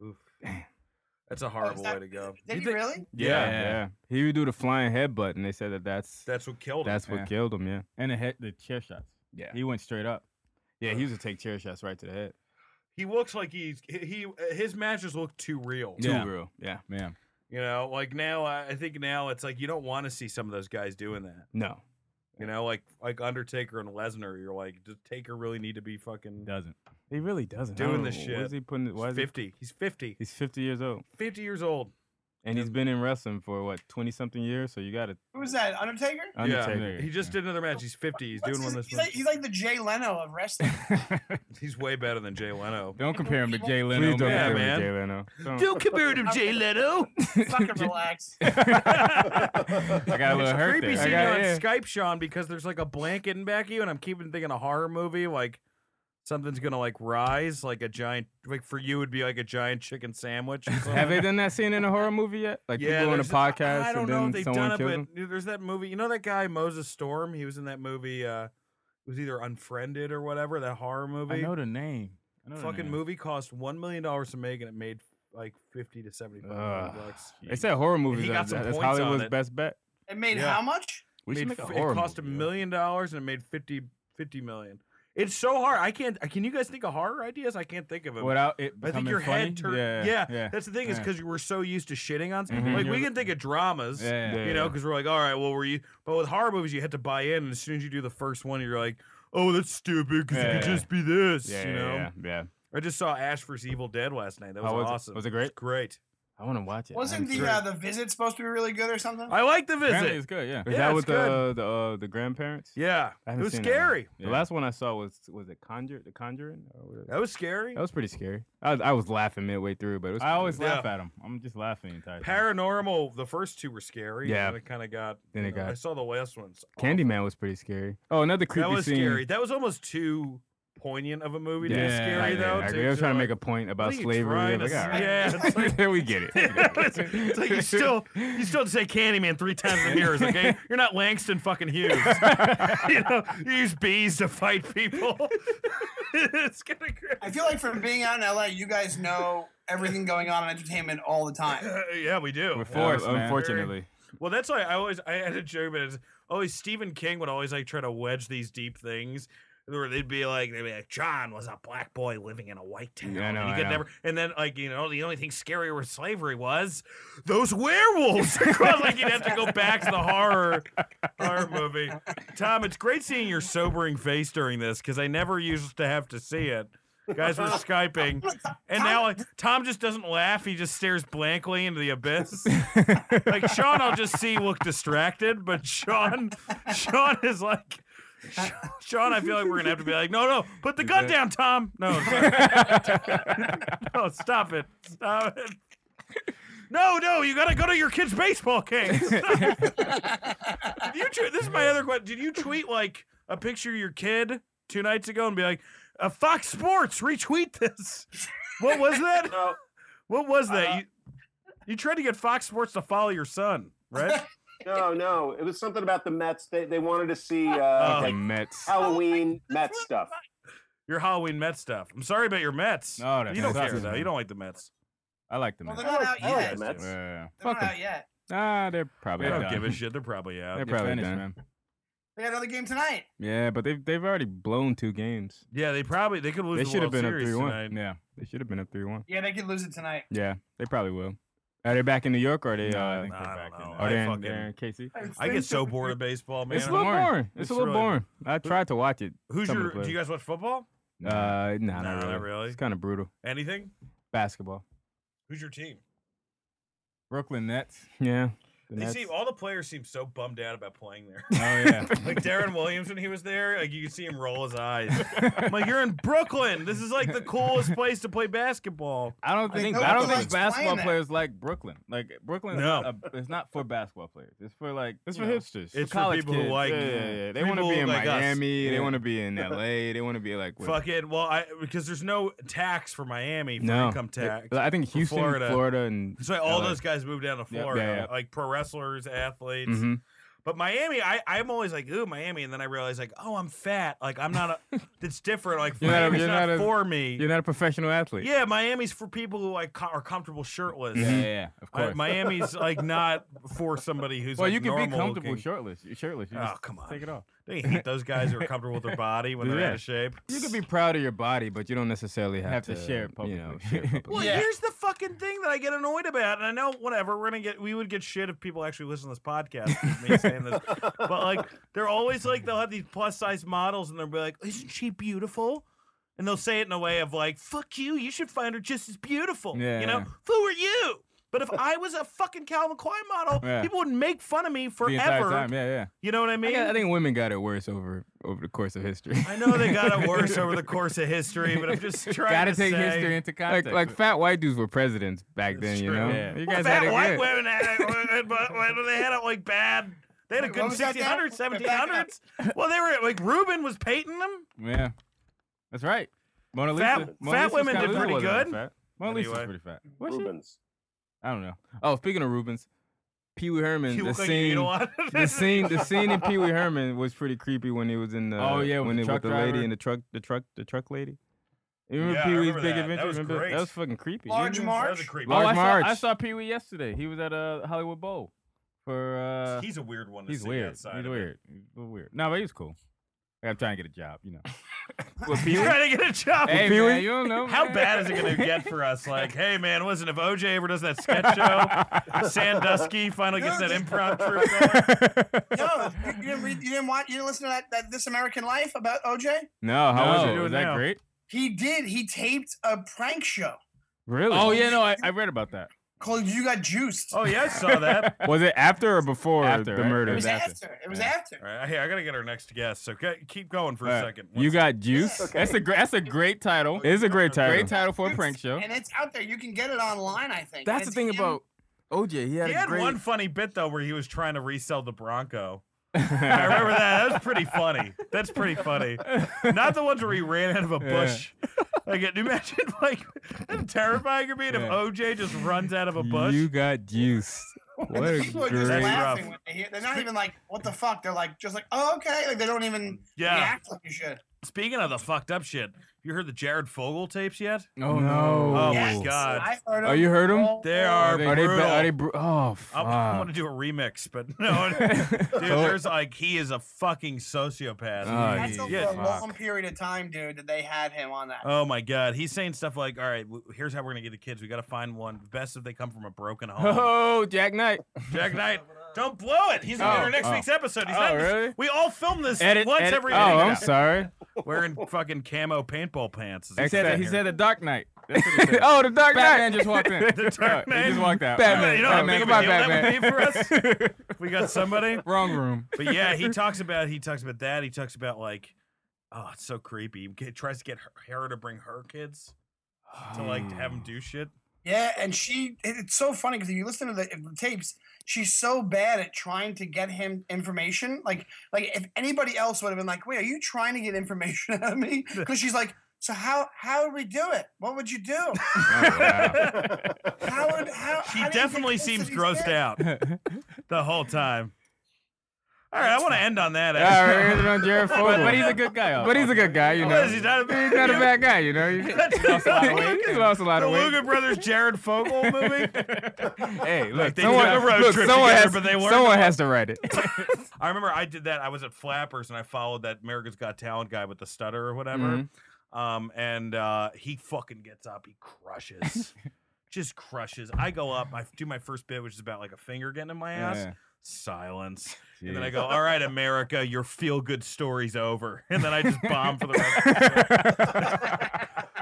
B: Oof. that's a horrible
A: that-
B: way to go.
A: Did
B: You
A: he
B: think-
A: really?
D: Yeah, yeah. He would do the flying headbutt, and they said that that's
B: That's what killed him.
D: that's what
C: Yeah.
D: killed him. Yeah,
C: And the head, the chair shots.
D: yeah.
C: He went straight up.
D: Yeah, he used to take chair shots right to the head.
B: he looks like he's he his matches look too real.
C: Yeah.
D: Too real. Yeah, man.
B: You know, like now I I think now it's like you don't want to see some of those guys doing that.
D: No,
B: You know, like like Undertaker and Lesnar, you're like, does Taker really need to be fucking
C: Doesn't. He really doesn't. I
B: Doing
D: Oh,
C: don't
B: this
C: know.
B: shit.
C: What is he putting? Why is he,
B: fifty? he's fifty.
C: he's 50 years old,
B: Fifty years old.
D: and he's
C: he's been in wrestling for what 20 something years. So you got to
A: Who was that? Undertaker?
D: Undertaker.
B: He just did another match. He's fifty. He's doing
A: What's
B: one
A: his-
B: this
A: he's,
B: month.
A: like, he's like the Jay Leno of wrestling.
B: He's way better than Jay Leno.
D: Don't compare him to Jay Leno.
C: Please don't
B: Yeah,
C: yeah,
B: man.
D: man.
C: Jay Leno. Don't.
B: Don't compare him to Jay Leno.
A: Fucking relax.
D: I got a little hurt
B: Creepy
D: there.
B: seeing
D: I
B: you
D: got,
B: on
D: yeah.
B: Skype, Sean, because there's like a blanket in back of you, and I'm keeping thinking a horror movie, like something's gonna like rise, like a giant. Like for you, it'd be like a giant chicken sandwich. or
D: Have
B: something.
D: they done that scene in a horror movie yet? Like people on a
B: there's this- I-
D: podcast
B: I don't
D: and
B: know
D: then
B: if they've
D: someone
B: done
D: kills
B: it, but there's that movie. You know that guy Moses Storm? He was in that movie. Uh, it was either Unfriended or whatever that horror
C: I
B: movie.
C: know the name. I know the
B: Fucking
C: name.
B: movie cost one million dollars to make, and it made like fifty to seventy five
D: Ugh.
B: million bucks.
D: him. They said horror movies.
B: got
D: are-
B: some
D: that's
B: points on
D: Hollywood's
B: it.
D: best bet.
A: It made
B: Yeah.
A: how much?
D: We should
B: Made
D: make a
B: f-
D: horror
B: it cost
D: movie,
B: a
D: yo.
B: million dollars, and it made 50, 50 million. It's so hard. I can't. uh, Can you guys think of horror ideas? I can't think of them.
D: Without
B: I
D: it
B: think
D: becoming
B: your head
D: funny?
B: turned.
D: Yeah, yeah,
B: that's the thing is
D: yeah.
B: because you were so used to shitting on. Like
D: Mhm.
B: we
D: Eh. You're-
B: can think of dramas.
D: yeah,
B: you know, because we're like, all right, well, were you? But with horror movies, you had to buy in, and as soon as you do the first one, you're like, oh, that's stupid, because it
D: Yeah.
B: could just be this,
D: yeah,
B: you know.
D: yeah, yeah.
B: I just saw Ash vs. Evil Dead last night. That was,
D: How was it?
B: awesome.
D: Was it great?
B: Great.
D: I want to watch it. I
A: Wasn't
D: haven't seen
A: the
D: it.
A: uh, the visit supposed to be really good or something?
B: I like the visit.
D: Apparently it's good. Yeah, is
B: Yeah,
D: that
B: it's
D: with the
B: good.
D: the uh, the grandparents?
B: yeah, it
D: I haven't
B: was
D: seen that one.
B: scary.
D: The last one I saw was was it Conjure the Conjuring? Or what-
B: That was scary.
D: That was pretty scary. I, I was laughing midway through, but it was.
C: I always
B: Yeah.
C: laugh at him. I'm just laughing the entire time.
B: Paranormal. The first two were scary.
D: Yeah.
B: and it kind of got.
D: Then
B: you
D: it
B: know,
D: got-
B: I saw the last ones.
D: Candyman was pretty scary. Oh, another creepy
B: That was
D: scene.
B: scary. That was almost too poignant of a movie to be
D: Yeah,
B: scary
D: yeah,
B: though.
D: yeah.
B: too,
D: They were
B: so
D: trying to
B: like-
D: make a point about
B: are you
D: slavery.
B: trying
D: Like,
B: to
D: all
B: say? Yeah, it's
D: right. we get it.
B: it's, it's like you still you still say Candyman three times in the mirrors, okay? You're not Langston fucking Hughes. you know, you use bees to fight people. it's kind of
A: I
B: crazy.
A: feel like from being out in LA, you guys know everything going on in entertainment all the time.
B: yeah, we do.
D: We're
B: Yeah.
D: forced,
C: man.
D: unfortunately.
B: Well, that's why I always I had a joke about it. Always Stephen King would always like try to wedge these deep things. Where they'd be like, they'd be like, John was a black boy living in a white town,
D: Yeah, I know,
B: and you
D: I
B: could
D: know.
B: never. And then, like, you know, the only thing scarier with slavery was those werewolves. like, you'd have to go back to the horror horror movie. Tom, it's great seeing your sobering face during this because I never used to have to see it. Guys were skyping, and now like, Tom just doesn't laugh. He just stares blankly into the abyss. Like Sean, I'll just see look distracted, but Sean, Sean is like. Sean, I feel like we're gonna have to be like, no, no, put the
C: Is
B: gun
C: it-
B: down, Tom. No, sorry. no, Oh, stop it, stop it. No, no, you gotta go to your kid's baseball games. Did you tweet? This is my other question. Did you tweet like a picture of your kid two nights ago and be like, uh, "Fox Sports retweet this"? What was that?
H: No.
B: What was that?
H: Uh,
B: you, you tried to get Fox Sports to follow your son, right?
H: No, no. It was something about the Mets. They, they wanted to see uh,
B: Okay.
D: The
H: like
D: Mets.
H: Halloween Mets stuff.
B: your Halloween Mets stuff. I'm sorry about your Mets.
C: No, that
B: you don't
C: sucks,
B: care though.
C: man.
B: You don't like the Mets.
C: I like the
A: Well,
C: Mets.
A: they're not out
H: I like
A: yet.
H: the Mets.
C: Oh, Yeah, yeah,
A: They're
C: yeah.
A: not
C: Fuck 'em.
A: out yet.
C: Nah, they're
B: They
C: probably
B: don't
C: done.
B: give a shit. They're probably out.
C: They're
B: Yeah,
D: Yep.
C: probably
D: finished,
C: done.
D: man.
A: They got another game tonight.
C: Yeah, but they've they've already blown two games.
B: they probably they could lose.
C: They
B: the
C: should have
B: World
C: been up
B: Series
C: three
B: tonight.
C: one. Yeah, they should have been up three one.
A: Yeah, they could lose it tonight.
C: Yeah, they probably will. Are they back in New York? Or are they?
D: No, I
C: uh,
D: think
B: Nah,
D: they're
B: I
D: back
B: don't
D: in
B: know.
D: there.
C: are they
B: I
C: in,
B: fucking-
C: they're in KC?
B: I get so bored of baseball, man.
C: It's a little
D: boring.
C: boring. It's,
B: It's
C: a little
B: really-
C: boring. I try to watch it.
B: Who's
C: some of
B: your?
C: the
B: Do you guys watch football?
C: Uh,
B: Nah,
C: nah, not,
B: not
C: really.
B: really.
C: It's kind of brutal.
B: Anything?
C: Basketball.
B: Who's your team?
C: Brooklyn Nets. Yeah. the
B: They
C: Nets.
B: seem all the players seem so bummed out about playing there.
C: Oh yeah.
B: like Darren Williams when he was there, like you could see him roll his eyes. I'm like you're in Brooklyn. This is like the coolest place to play basketball.
C: I don't
A: I
C: think
A: know
C: I don't
A: people like
C: think basketball
A: playing that.
C: players like Brooklyn. Like Brooklyn,
B: No.
C: uh, it's not for basketball players. It's for like
D: It's
C: you
D: for
C: know,
D: hipsters.
B: It's for
C: college
B: people
C: kids.
B: who like
C: yeah, yeah, yeah. They want to
B: people
C: be in
B: like us.
C: Miami. They
B: Yeah.
C: want to be in L.A. They want to be like with-
B: Fucking well, I because there's no tax for Miami for
C: no
B: income
C: They-
B: tax.
C: I think
B: for
C: Houston,
B: Florida.
C: Florida, and
B: That's why all
C: LA.
B: those guys moved down to
C: Yeah,
B: Florida,
C: yeah.
B: like pro wrestlers, athletes.
C: Mhm.
B: But Miami, I, I'm always like, ooh, Miami, and then I realize like, oh, I'm fat. Like I'm not a. it's different. Like
C: You're not a-
B: Miami's
C: you're
B: not,
C: not a-
B: for me.
C: you're not a professional athlete.
B: Yeah, Miami's for people who like co- are comfortable shirtless.
C: yeah, yeah, yeah, of
B: I-
C: course.
B: Miami's like not for somebody who's
C: well,
B: like,
C: you can be
B: normal
C: comfortable
B: looking.
C: shirtless. You're shirtless. You
B: Oh
C: just
B: come on!
C: take it off.
B: They hate those guys who are comfortable with their body when they're out
C: Yeah.
B: of shape.
C: You can be proud of your body, but you don't necessarily have,
D: Have to share it
C: You
D: publicly.
C: know, share it publicly.
B: Well,
A: Yeah.
B: here's the fucking thing that I get annoyed about, and I know whatever we're gonna get, we would get shit if people actually listen to this podcast. with me saying this, but like they're always like they'll have these plus size models, and they'll be like, "Isn't she beautiful?" And they'll say it in a way of like, "Fuck you, you should find her just as beautiful." You know,
C: Yeah.
B: who are you? But if I was a fucking Calvin Klein model,
C: Yeah.
B: people would make fun of me
C: The entire
B: forever.
C: time. Yeah, yeah.
B: You know what I
C: I,
B: mean?
C: got- I think women got it worse over over the course of history.
B: I know they got it worse over the course of history, but I'm just trying
C: Gotta
B: to
C: take
B: say,
C: history into context. Like, like fat white dudes were presidents back
B: That's
C: then, you
B: true.
C: know.
B: Yeah.
C: You
B: Well,
C: guys
B: fat
C: had it
B: white
C: good.
B: women had it, uh, but when they had it like bad. They had a
A: Wait,
B: good
A: what was that
B: 1600s,
A: now? Wait, back up.
B: 1700s. Well, they were like Reuben was painting them.
C: Yeah, that's right. Mona Lisa.
B: Fat-
C: Mona
B: fat
C: Lisa's
B: women
C: kinda-
B: did
C: Lisa
B: pretty
C: wasn't that
B: good.
C: fat. Mona
B: Anyway.
C: Lisa's pretty fat. Was she?
H: Rubens.
C: I don't know. Oh, speaking of Rubens, Pee Wee Herman.
B: You
C: The
B: look like you eat
C: scene.
B: a lot.
C: the scene. The scene in Pee Wee Herman was pretty creepy when he was in the.
D: Oh, yeah, with
C: when
D: the
C: it-
D: truck
C: with the lady
D: driver.
C: in the truck. The truck. The truck lady. You remember
B: Yeah, I
C: Pee Wee's
B: remember
C: Big
B: that. That
C: Adventure?
B: was
C: Remember-
B: great.
C: That was fucking creepy. You
A: Large
C: remember-
B: That was
A: March.
B: a creep.
C: Large oh, I March. Saw, I saw Pee Wee yesterday. He was at uh, Hollywood Bowl for. Uh,
B: He's a weird one. To
C: he's
B: see
C: weird.
B: Outside of
C: He's
B: it.
C: weird. He's a little weird. No, but he's cool. Like, I'm trying to get a job, you know.
D: Well,
B: He's
D: Pee-wee?
B: trying to get a job.
C: hey,
D: Pee-wee?
C: man, you don't know.
B: How
C: man.
B: bad is it going to get for us? Like, hey, man, listen, if OJ ever does that sketch show, Sandusky finally gets that improv troupe going.
A: No, you, you didn't read. You didn't watch. You didn't listen to that, that This American Life about OJ.
C: No, how
B: No.
C: was it?
B: Doing
C: Was that
B: now.
C: great?
A: He did. He taped a prank show
C: Really? Oh yeah, no, I, I read about that.
A: called "You Got Juiced."
B: Oh, yeah, I saw that.
C: Was it after or before
D: After,
C: the
D: right?
A: it
C: murder?
A: was after. It was
C: Yeah.
A: after.
B: All right, hey, I gotta get our next guest. So ca- keep going for a
C: All right.
B: second.
C: You got juice.
H: Okay.
C: That's a gr- that's a great title.
D: It is a great title.
C: Great title for a prank show.
A: And it's out there. You can get it online. I think.
D: That's the
A: It's
D: thing
A: him-
D: about OJ. He had
B: He
D: a
B: had
D: great.
B: one funny bit though, where he was trying to resell the Bronco. I remember that. That was pretty funny. That's pretty funny. Not the ones where he ran out of a
C: Yeah.
B: bush. Like, can you imagine like how terrifying it being if
C: Yeah.
B: OJ just runs out of a bush?
C: You got juice. What a
A: People are just
B: That's
C: great.
A: laughing
B: rough.
A: when they hear. They're not even like, "What the fuck?" They're like, just like, "Oh, okay." Like they don't even
B: Yeah.
A: react like you should.
B: Speaking of the fucked up shit, you heard the Jared Fogle tapes yet?
C: Oh
D: no.
B: Oh, my
A: Yes,
B: God.
A: I heard
C: Oh,
A: him.
C: you heard him?
A: Oh,
B: They
A: oh.
B: are,
C: Are they, are they,
B: brutal.
C: are they bru- oh,
B: I want
C: fuck.
B: to do a remix, but no. Dude, there's like he is a fucking sociopath.
C: Oh,
A: That's over
B: Yeah,
A: a long period of time, dude, that they had him on that.
B: Oh my God, he's saying stuff like, "All right, w- here's how we're gonna get the kids. We gotta find one. Best if they come from a broken home."
C: Oh, Jack Knight.
B: Jack Knight, don't blow it. He's on
C: Oh,
B: our next
C: oh.
B: week's episode. He's
C: Oh,
B: not.
C: really?
B: We all film this
C: Edit,
B: once
C: edit.
B: every
C: Oh,
B: week.
C: I'm sorry.
B: wearing fucking camo paintball pants. Is
D: He
B: what's
D: said,
B: happening
D: he
B: here.
D: said the Dark Knight. That's what he said.
C: oh, the Dark
D: Batman
C: Knight.
D: just walked in.
B: The Dark
D: He
B: Knight.
D: just walked out.
C: Batman,
B: You know how
D: Batman,
B: big of a
D: goodbye,
B: deal that
D: Batman.
B: would be for us? If we got somebody.
D: Wrong room.
B: But yeah, he talks about he talks about that. He talks about like, oh, it's so creepy. He get- tries to get her, her to bring her kids to like to have them do shit.
A: Yeah, and she it- it's so funny because if you listen to the, the tapes, she's so bad at trying to get him information. Like like if anybody else would have been like, "Wait, are you trying to get information out of me?" Because she's like, "So how how would we do it? What would you do? How would how?" how
B: She
A: do you get
B: definitely
A: close to
B: seems
A: these
B: grossed
A: kids?"
B: out the whole time. All right, I want to end on that.
D: All right,
B: actually.
D: we're gonna do Jared
B: But-
D: Fogle.
B: but he's a
D: good guy. But he's a good guy, you
B: Oh,
D: know.
B: is he not a bad-
D: He's not a bad guy, you know. He's lost a lot of weight. He's lost a lot
B: the
D: of weight.
B: Luger Brothers Jared Fogle movie.
D: Hey,
B: Like,
D: look,
B: they
D: someone,
B: took a road
D: look,
B: trip
D: someone
B: together,
D: has,
B: but they weren't
D: someone has to write it.
B: I remember I did that. I was at Flappers and I followed that America's Got Talent guy with the stutter or whatever.
D: Mhm.
B: Um, and uh, he fucking gets up. He crushes. Just crushes. I go up. I do my first bit, which is about like a finger getting in my ass.
D: Yeah.
B: Silence. And then I go, all right, America, your feel good story's over. And then I just bomb for the rest. Because,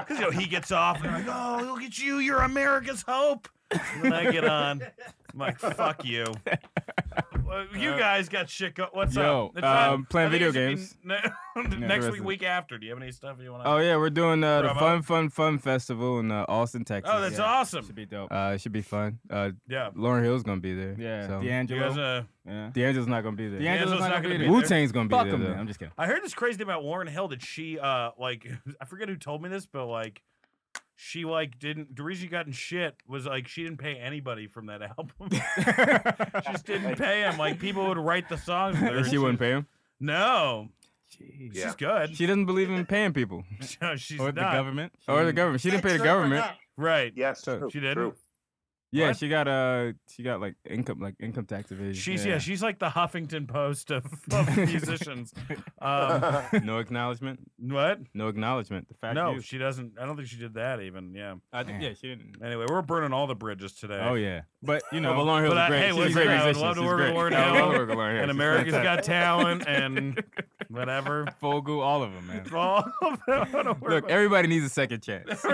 B: you know, he gets off and I'm like, oh, look at you. You're America's hope. And then I get on. I'm like, fuck you. Well, you guys got shit go- What's
D: Uh, yo,
B: up? on-
D: um, playing
B: I think
D: video
B: it should
D: games.
B: be ne-
D: the
B: next
D: rest
B: week,
D: of-
B: week after. Do you have any stuff you want to?
D: Oh yeah, we're doing uh, the
B: Bravo.
D: Fun Fun Fun Festival in uh, Austin, Texas.
B: oh, that's
D: yeah.
B: awesome.
F: be dope.
D: Uh, it should be fun. Uh,
B: Yeah.
D: Lauren Hill's gonna be there.
F: Yeah,
D: so.
B: You guys,
F: D'Angelo.
B: uh,
F: Yeah.
D: D'Angelo's not gonna be there.
B: D'Angelo's not gonna be there.
D: Wu Tang's gonna be
F: Fuck
D: there.
F: him,
D: though.
F: man. I'm just kidding.
B: I heard this crazy thing about Lauren Hill that she uh like I forget who told me this, but like she like didn't the reason she got in shit was like she didn't pay anybody from that album. she just didn't pay him. Like people would write the songs. with her,
D: And she wouldn't pay him.
B: No, she's good.
D: She doesn't believe in paying people
B: No, she's
D: or
B: not
D: the government or the government. She didn't pay the
A: True or
D: government.
A: not?
B: right.
E: yes,
D: So-
E: true,
B: She didn't?
E: true.
D: Yeah,
B: What?
D: she got uh she got like income like income tax evasion.
B: She's yeah. she's like the Huffington Post of, of musicians. Um,
D: no acknowledgement.
B: what?
D: No acknowledgement. The fact
B: No,
D: is,
B: she doesn't. I don't think she did that even. Yeah.
D: I think yeah, she didn't.
B: Anyway, we're burning all the bridges today.
D: Oh yeah, but you know,
B: Well,
D: but uh, Lauren Hill's
B: but I-
D: great.
B: hey,
D: She's
B: listen,
D: a great
B: I would
D: musician.
B: love to
D: She's
B: work with
D: great.
B: Lauryn
D: I would love to
B: Hill
D: work with Lauren Hill.
B: and
D: She's
B: America's
D: fantastic.
B: Got Talent and whatever.
D: Fogle, all of them, man.
B: All of them. I don't worry
D: Look,
B: about-
D: everybody needs a second chance. That's all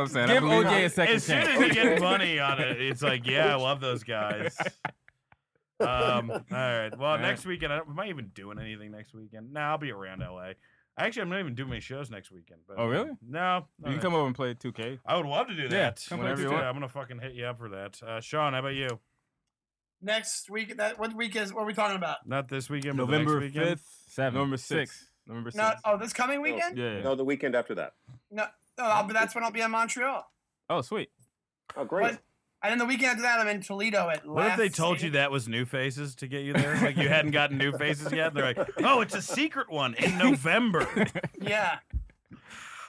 D: I'm saying. I
F: Give
D: believe
F: OJ
D: in-
F: a second
B: as soon as you get money on it, it's like, yeah, I love those guys. Um, all right. Well,
D: right.
B: next weekend, I don't, am I even doing anything next weekend? No, I'll be around LA. Actually, I'm not even doing any shows next weekend. But
D: Oh, really?
B: No.
D: You can come over and play 2K.
B: I would love to do that.
D: come
B: Let's
D: whenever you
B: do
D: want.
B: it. I'm gonna fucking hit you up for that. Uh, Sean, how about you?
A: Next week, that what week is? What are we talking about?
B: Not this weekend, but the next
D: November
B: weekend.
D: fifth,
F: Seven.
D: November sixth, November
A: No,
D: sixth.
A: oh, this coming weekend?
D: Yeah.
E: No, the weekend after that.
A: No, I'll, but that's when I'll be in Montreal.
D: Oh, sweet.
E: Oh, great.
A: What? And then the weekend after that, I'm in Toledo at.
B: What if they
A: Laugh
B: told
A: City.
B: you that was new faces to get you there? Like you hadn't gotten new faces yet? They're like, oh, it's a secret one in November.
A: Yeah,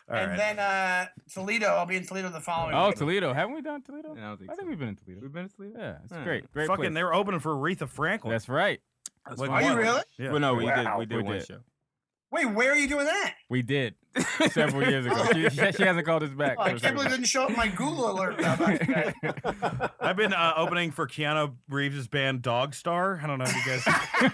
B: All
A: and
B: right.
A: then uh, Toledo. I'll be in Toledo the following.
D: Oh,
A: week.
D: Toledo. Haven't we done Toledo?
F: I don't think
D: I think
F: so.
D: we've been in Toledo. We've been to Toledo. Yeah, it's
F: Huh.
D: great. Great
B: Fucking,
D: place.
B: they were opening for Aretha Franklin.
D: That's right.
F: That's
B: What-
A: Are you
B: Wow.
A: really?
B: Yeah.
D: Well, no, we
E: Wow.
D: did. We did
F: We
D: one
F: did.
D: show.
A: Wait, where are you doing that?
D: We did several years ago. She, she she hasn't called us back.
A: Oh, I
D: so
A: can't believe it
D: sorry.
A: didn't show up in my Google alert. About that.
B: I've been uh, opening for Keanu Reeves' band Dog Star. I don't know if you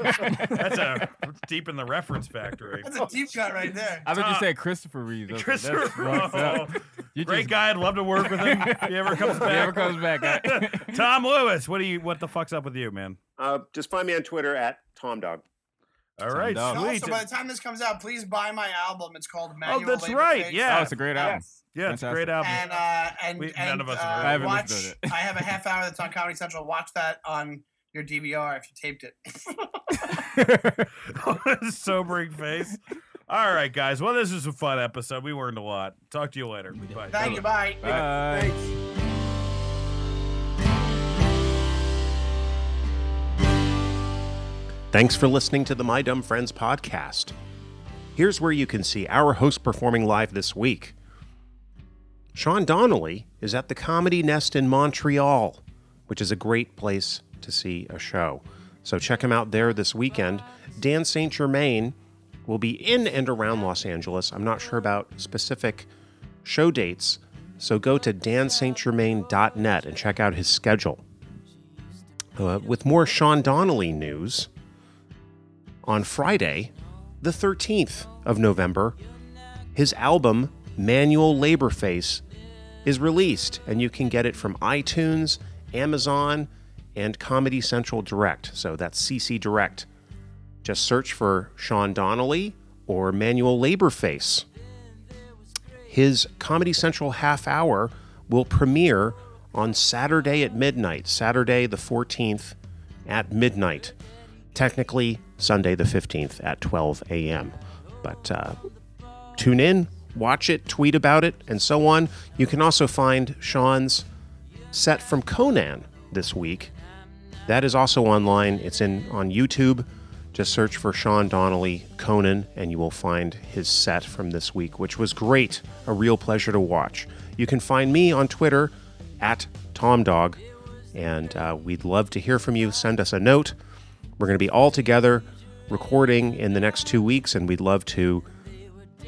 B: guys. That's a deep in the reference factory.
A: That's a deep cut right there.
D: I thought you
B: Ah.
D: said Christopher Reeves. I was like, that's
B: Christopher
D: fucked up.
B: Rowe.
D: You
B: Great
D: just-
B: guy. I'd love to work with him if he ever comes
D: If he ever
B: back.
D: comes back. I-
B: Tom Lewis, what do you? What the fuck's up with you, man?
E: Uh, just find me on Twitter at Tom Dog.
B: All right,
D: Dog.
A: And
B: sweet.
A: also, by the time this comes out, please buy my album. It's called
B: Oh,
A: Manual
B: that's
A: Labor
B: right.
A: Pains.
B: Yeah,
D: Oh, it's a great album.
B: yeah, it's a
D: Fantastic.
B: great album.
A: And uh, and,
B: Um, We- none
A: and
B: of us have
A: uh,
B: heard
D: it. I haven't
A: watch.
D: listened
A: I have a half hour that's on Comedy Central. Watch that on your DVR if you taped it.
B: sobering face. All right, guys. Well, this is a fun episode. We learned a lot. Talk to you later. Bye.
A: Thank you. Bye.
D: Bye.
H: Thanks for listening to the My Dumb Friends podcast. Here's where you can see our host performing live this week. Sean Donnelly is at the Comedy Nest in Montreal, which is a great place to see a show. So check him out there this weekend. Dan St. Germain will be in and around Los Angeles. I'm not sure about specific show dates, so go to danstgermain.net and check out his schedule. Uh, with more Sean Donnelly news, on Friday, the 13th of November, his album, Manual Labor Face, is released, and you can get it from iTunes, Amazon, and Comedy Central Direct. So that's CC Direct. Just search for Sean Donnelly or Manual Labor Face. His Comedy Central half hour will premiere on Saturday at midnight, Saturday the 14th at midnight. Technically, Sunday the 15th at 12 a.m. But uh, tune in, watch it, tweet about it, and so on. You can also find Sean's set from Conan this week. That is also online. It's in on YouTube. Just search for Sean Donnelly Conan, and you will find his set from this week, which was great. A real pleasure to watch. You can find me on Twitter at TomDog, and uh, we'd love to hear from you. Send us a note. We're going to be all together recording in the next two weeks, and we'd love to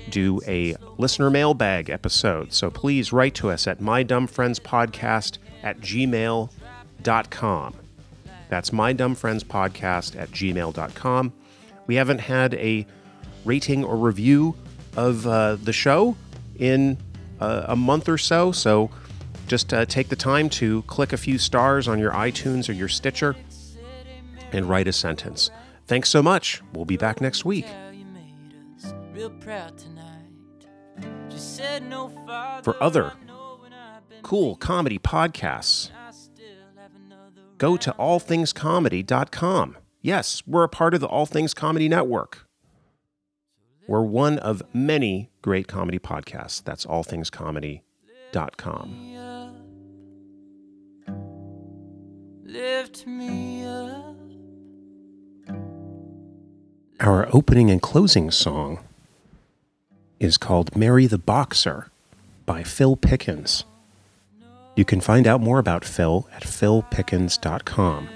H: do a listener mailbag episode. So please write to us at mydumbfriendspodcast at gmail.com. That's mydumbfriendspodcast at gmail.com. We haven't had a rating or review of uh, the show in uh, a month or so, so just uh, take the time to click a few stars on your iTunes or your Stitcher and write a sentence. Thanks so much. We'll be back next week.
I: How you made us real proud tonight. She said no father.
H: For other
I: I know when I've been
H: Cool comedy podcasts.
I: I still have another
H: go to allthingscomedy.com. Yes, we're a part of the All Things Comedy Network. We're one of many great comedy podcasts. That's allthingscomedy.com.
I: me up. Lift me up.
H: Our opening and closing song is called Mary the Boxer by Phil Pickens. You can find out more about Phil at philpickens.com.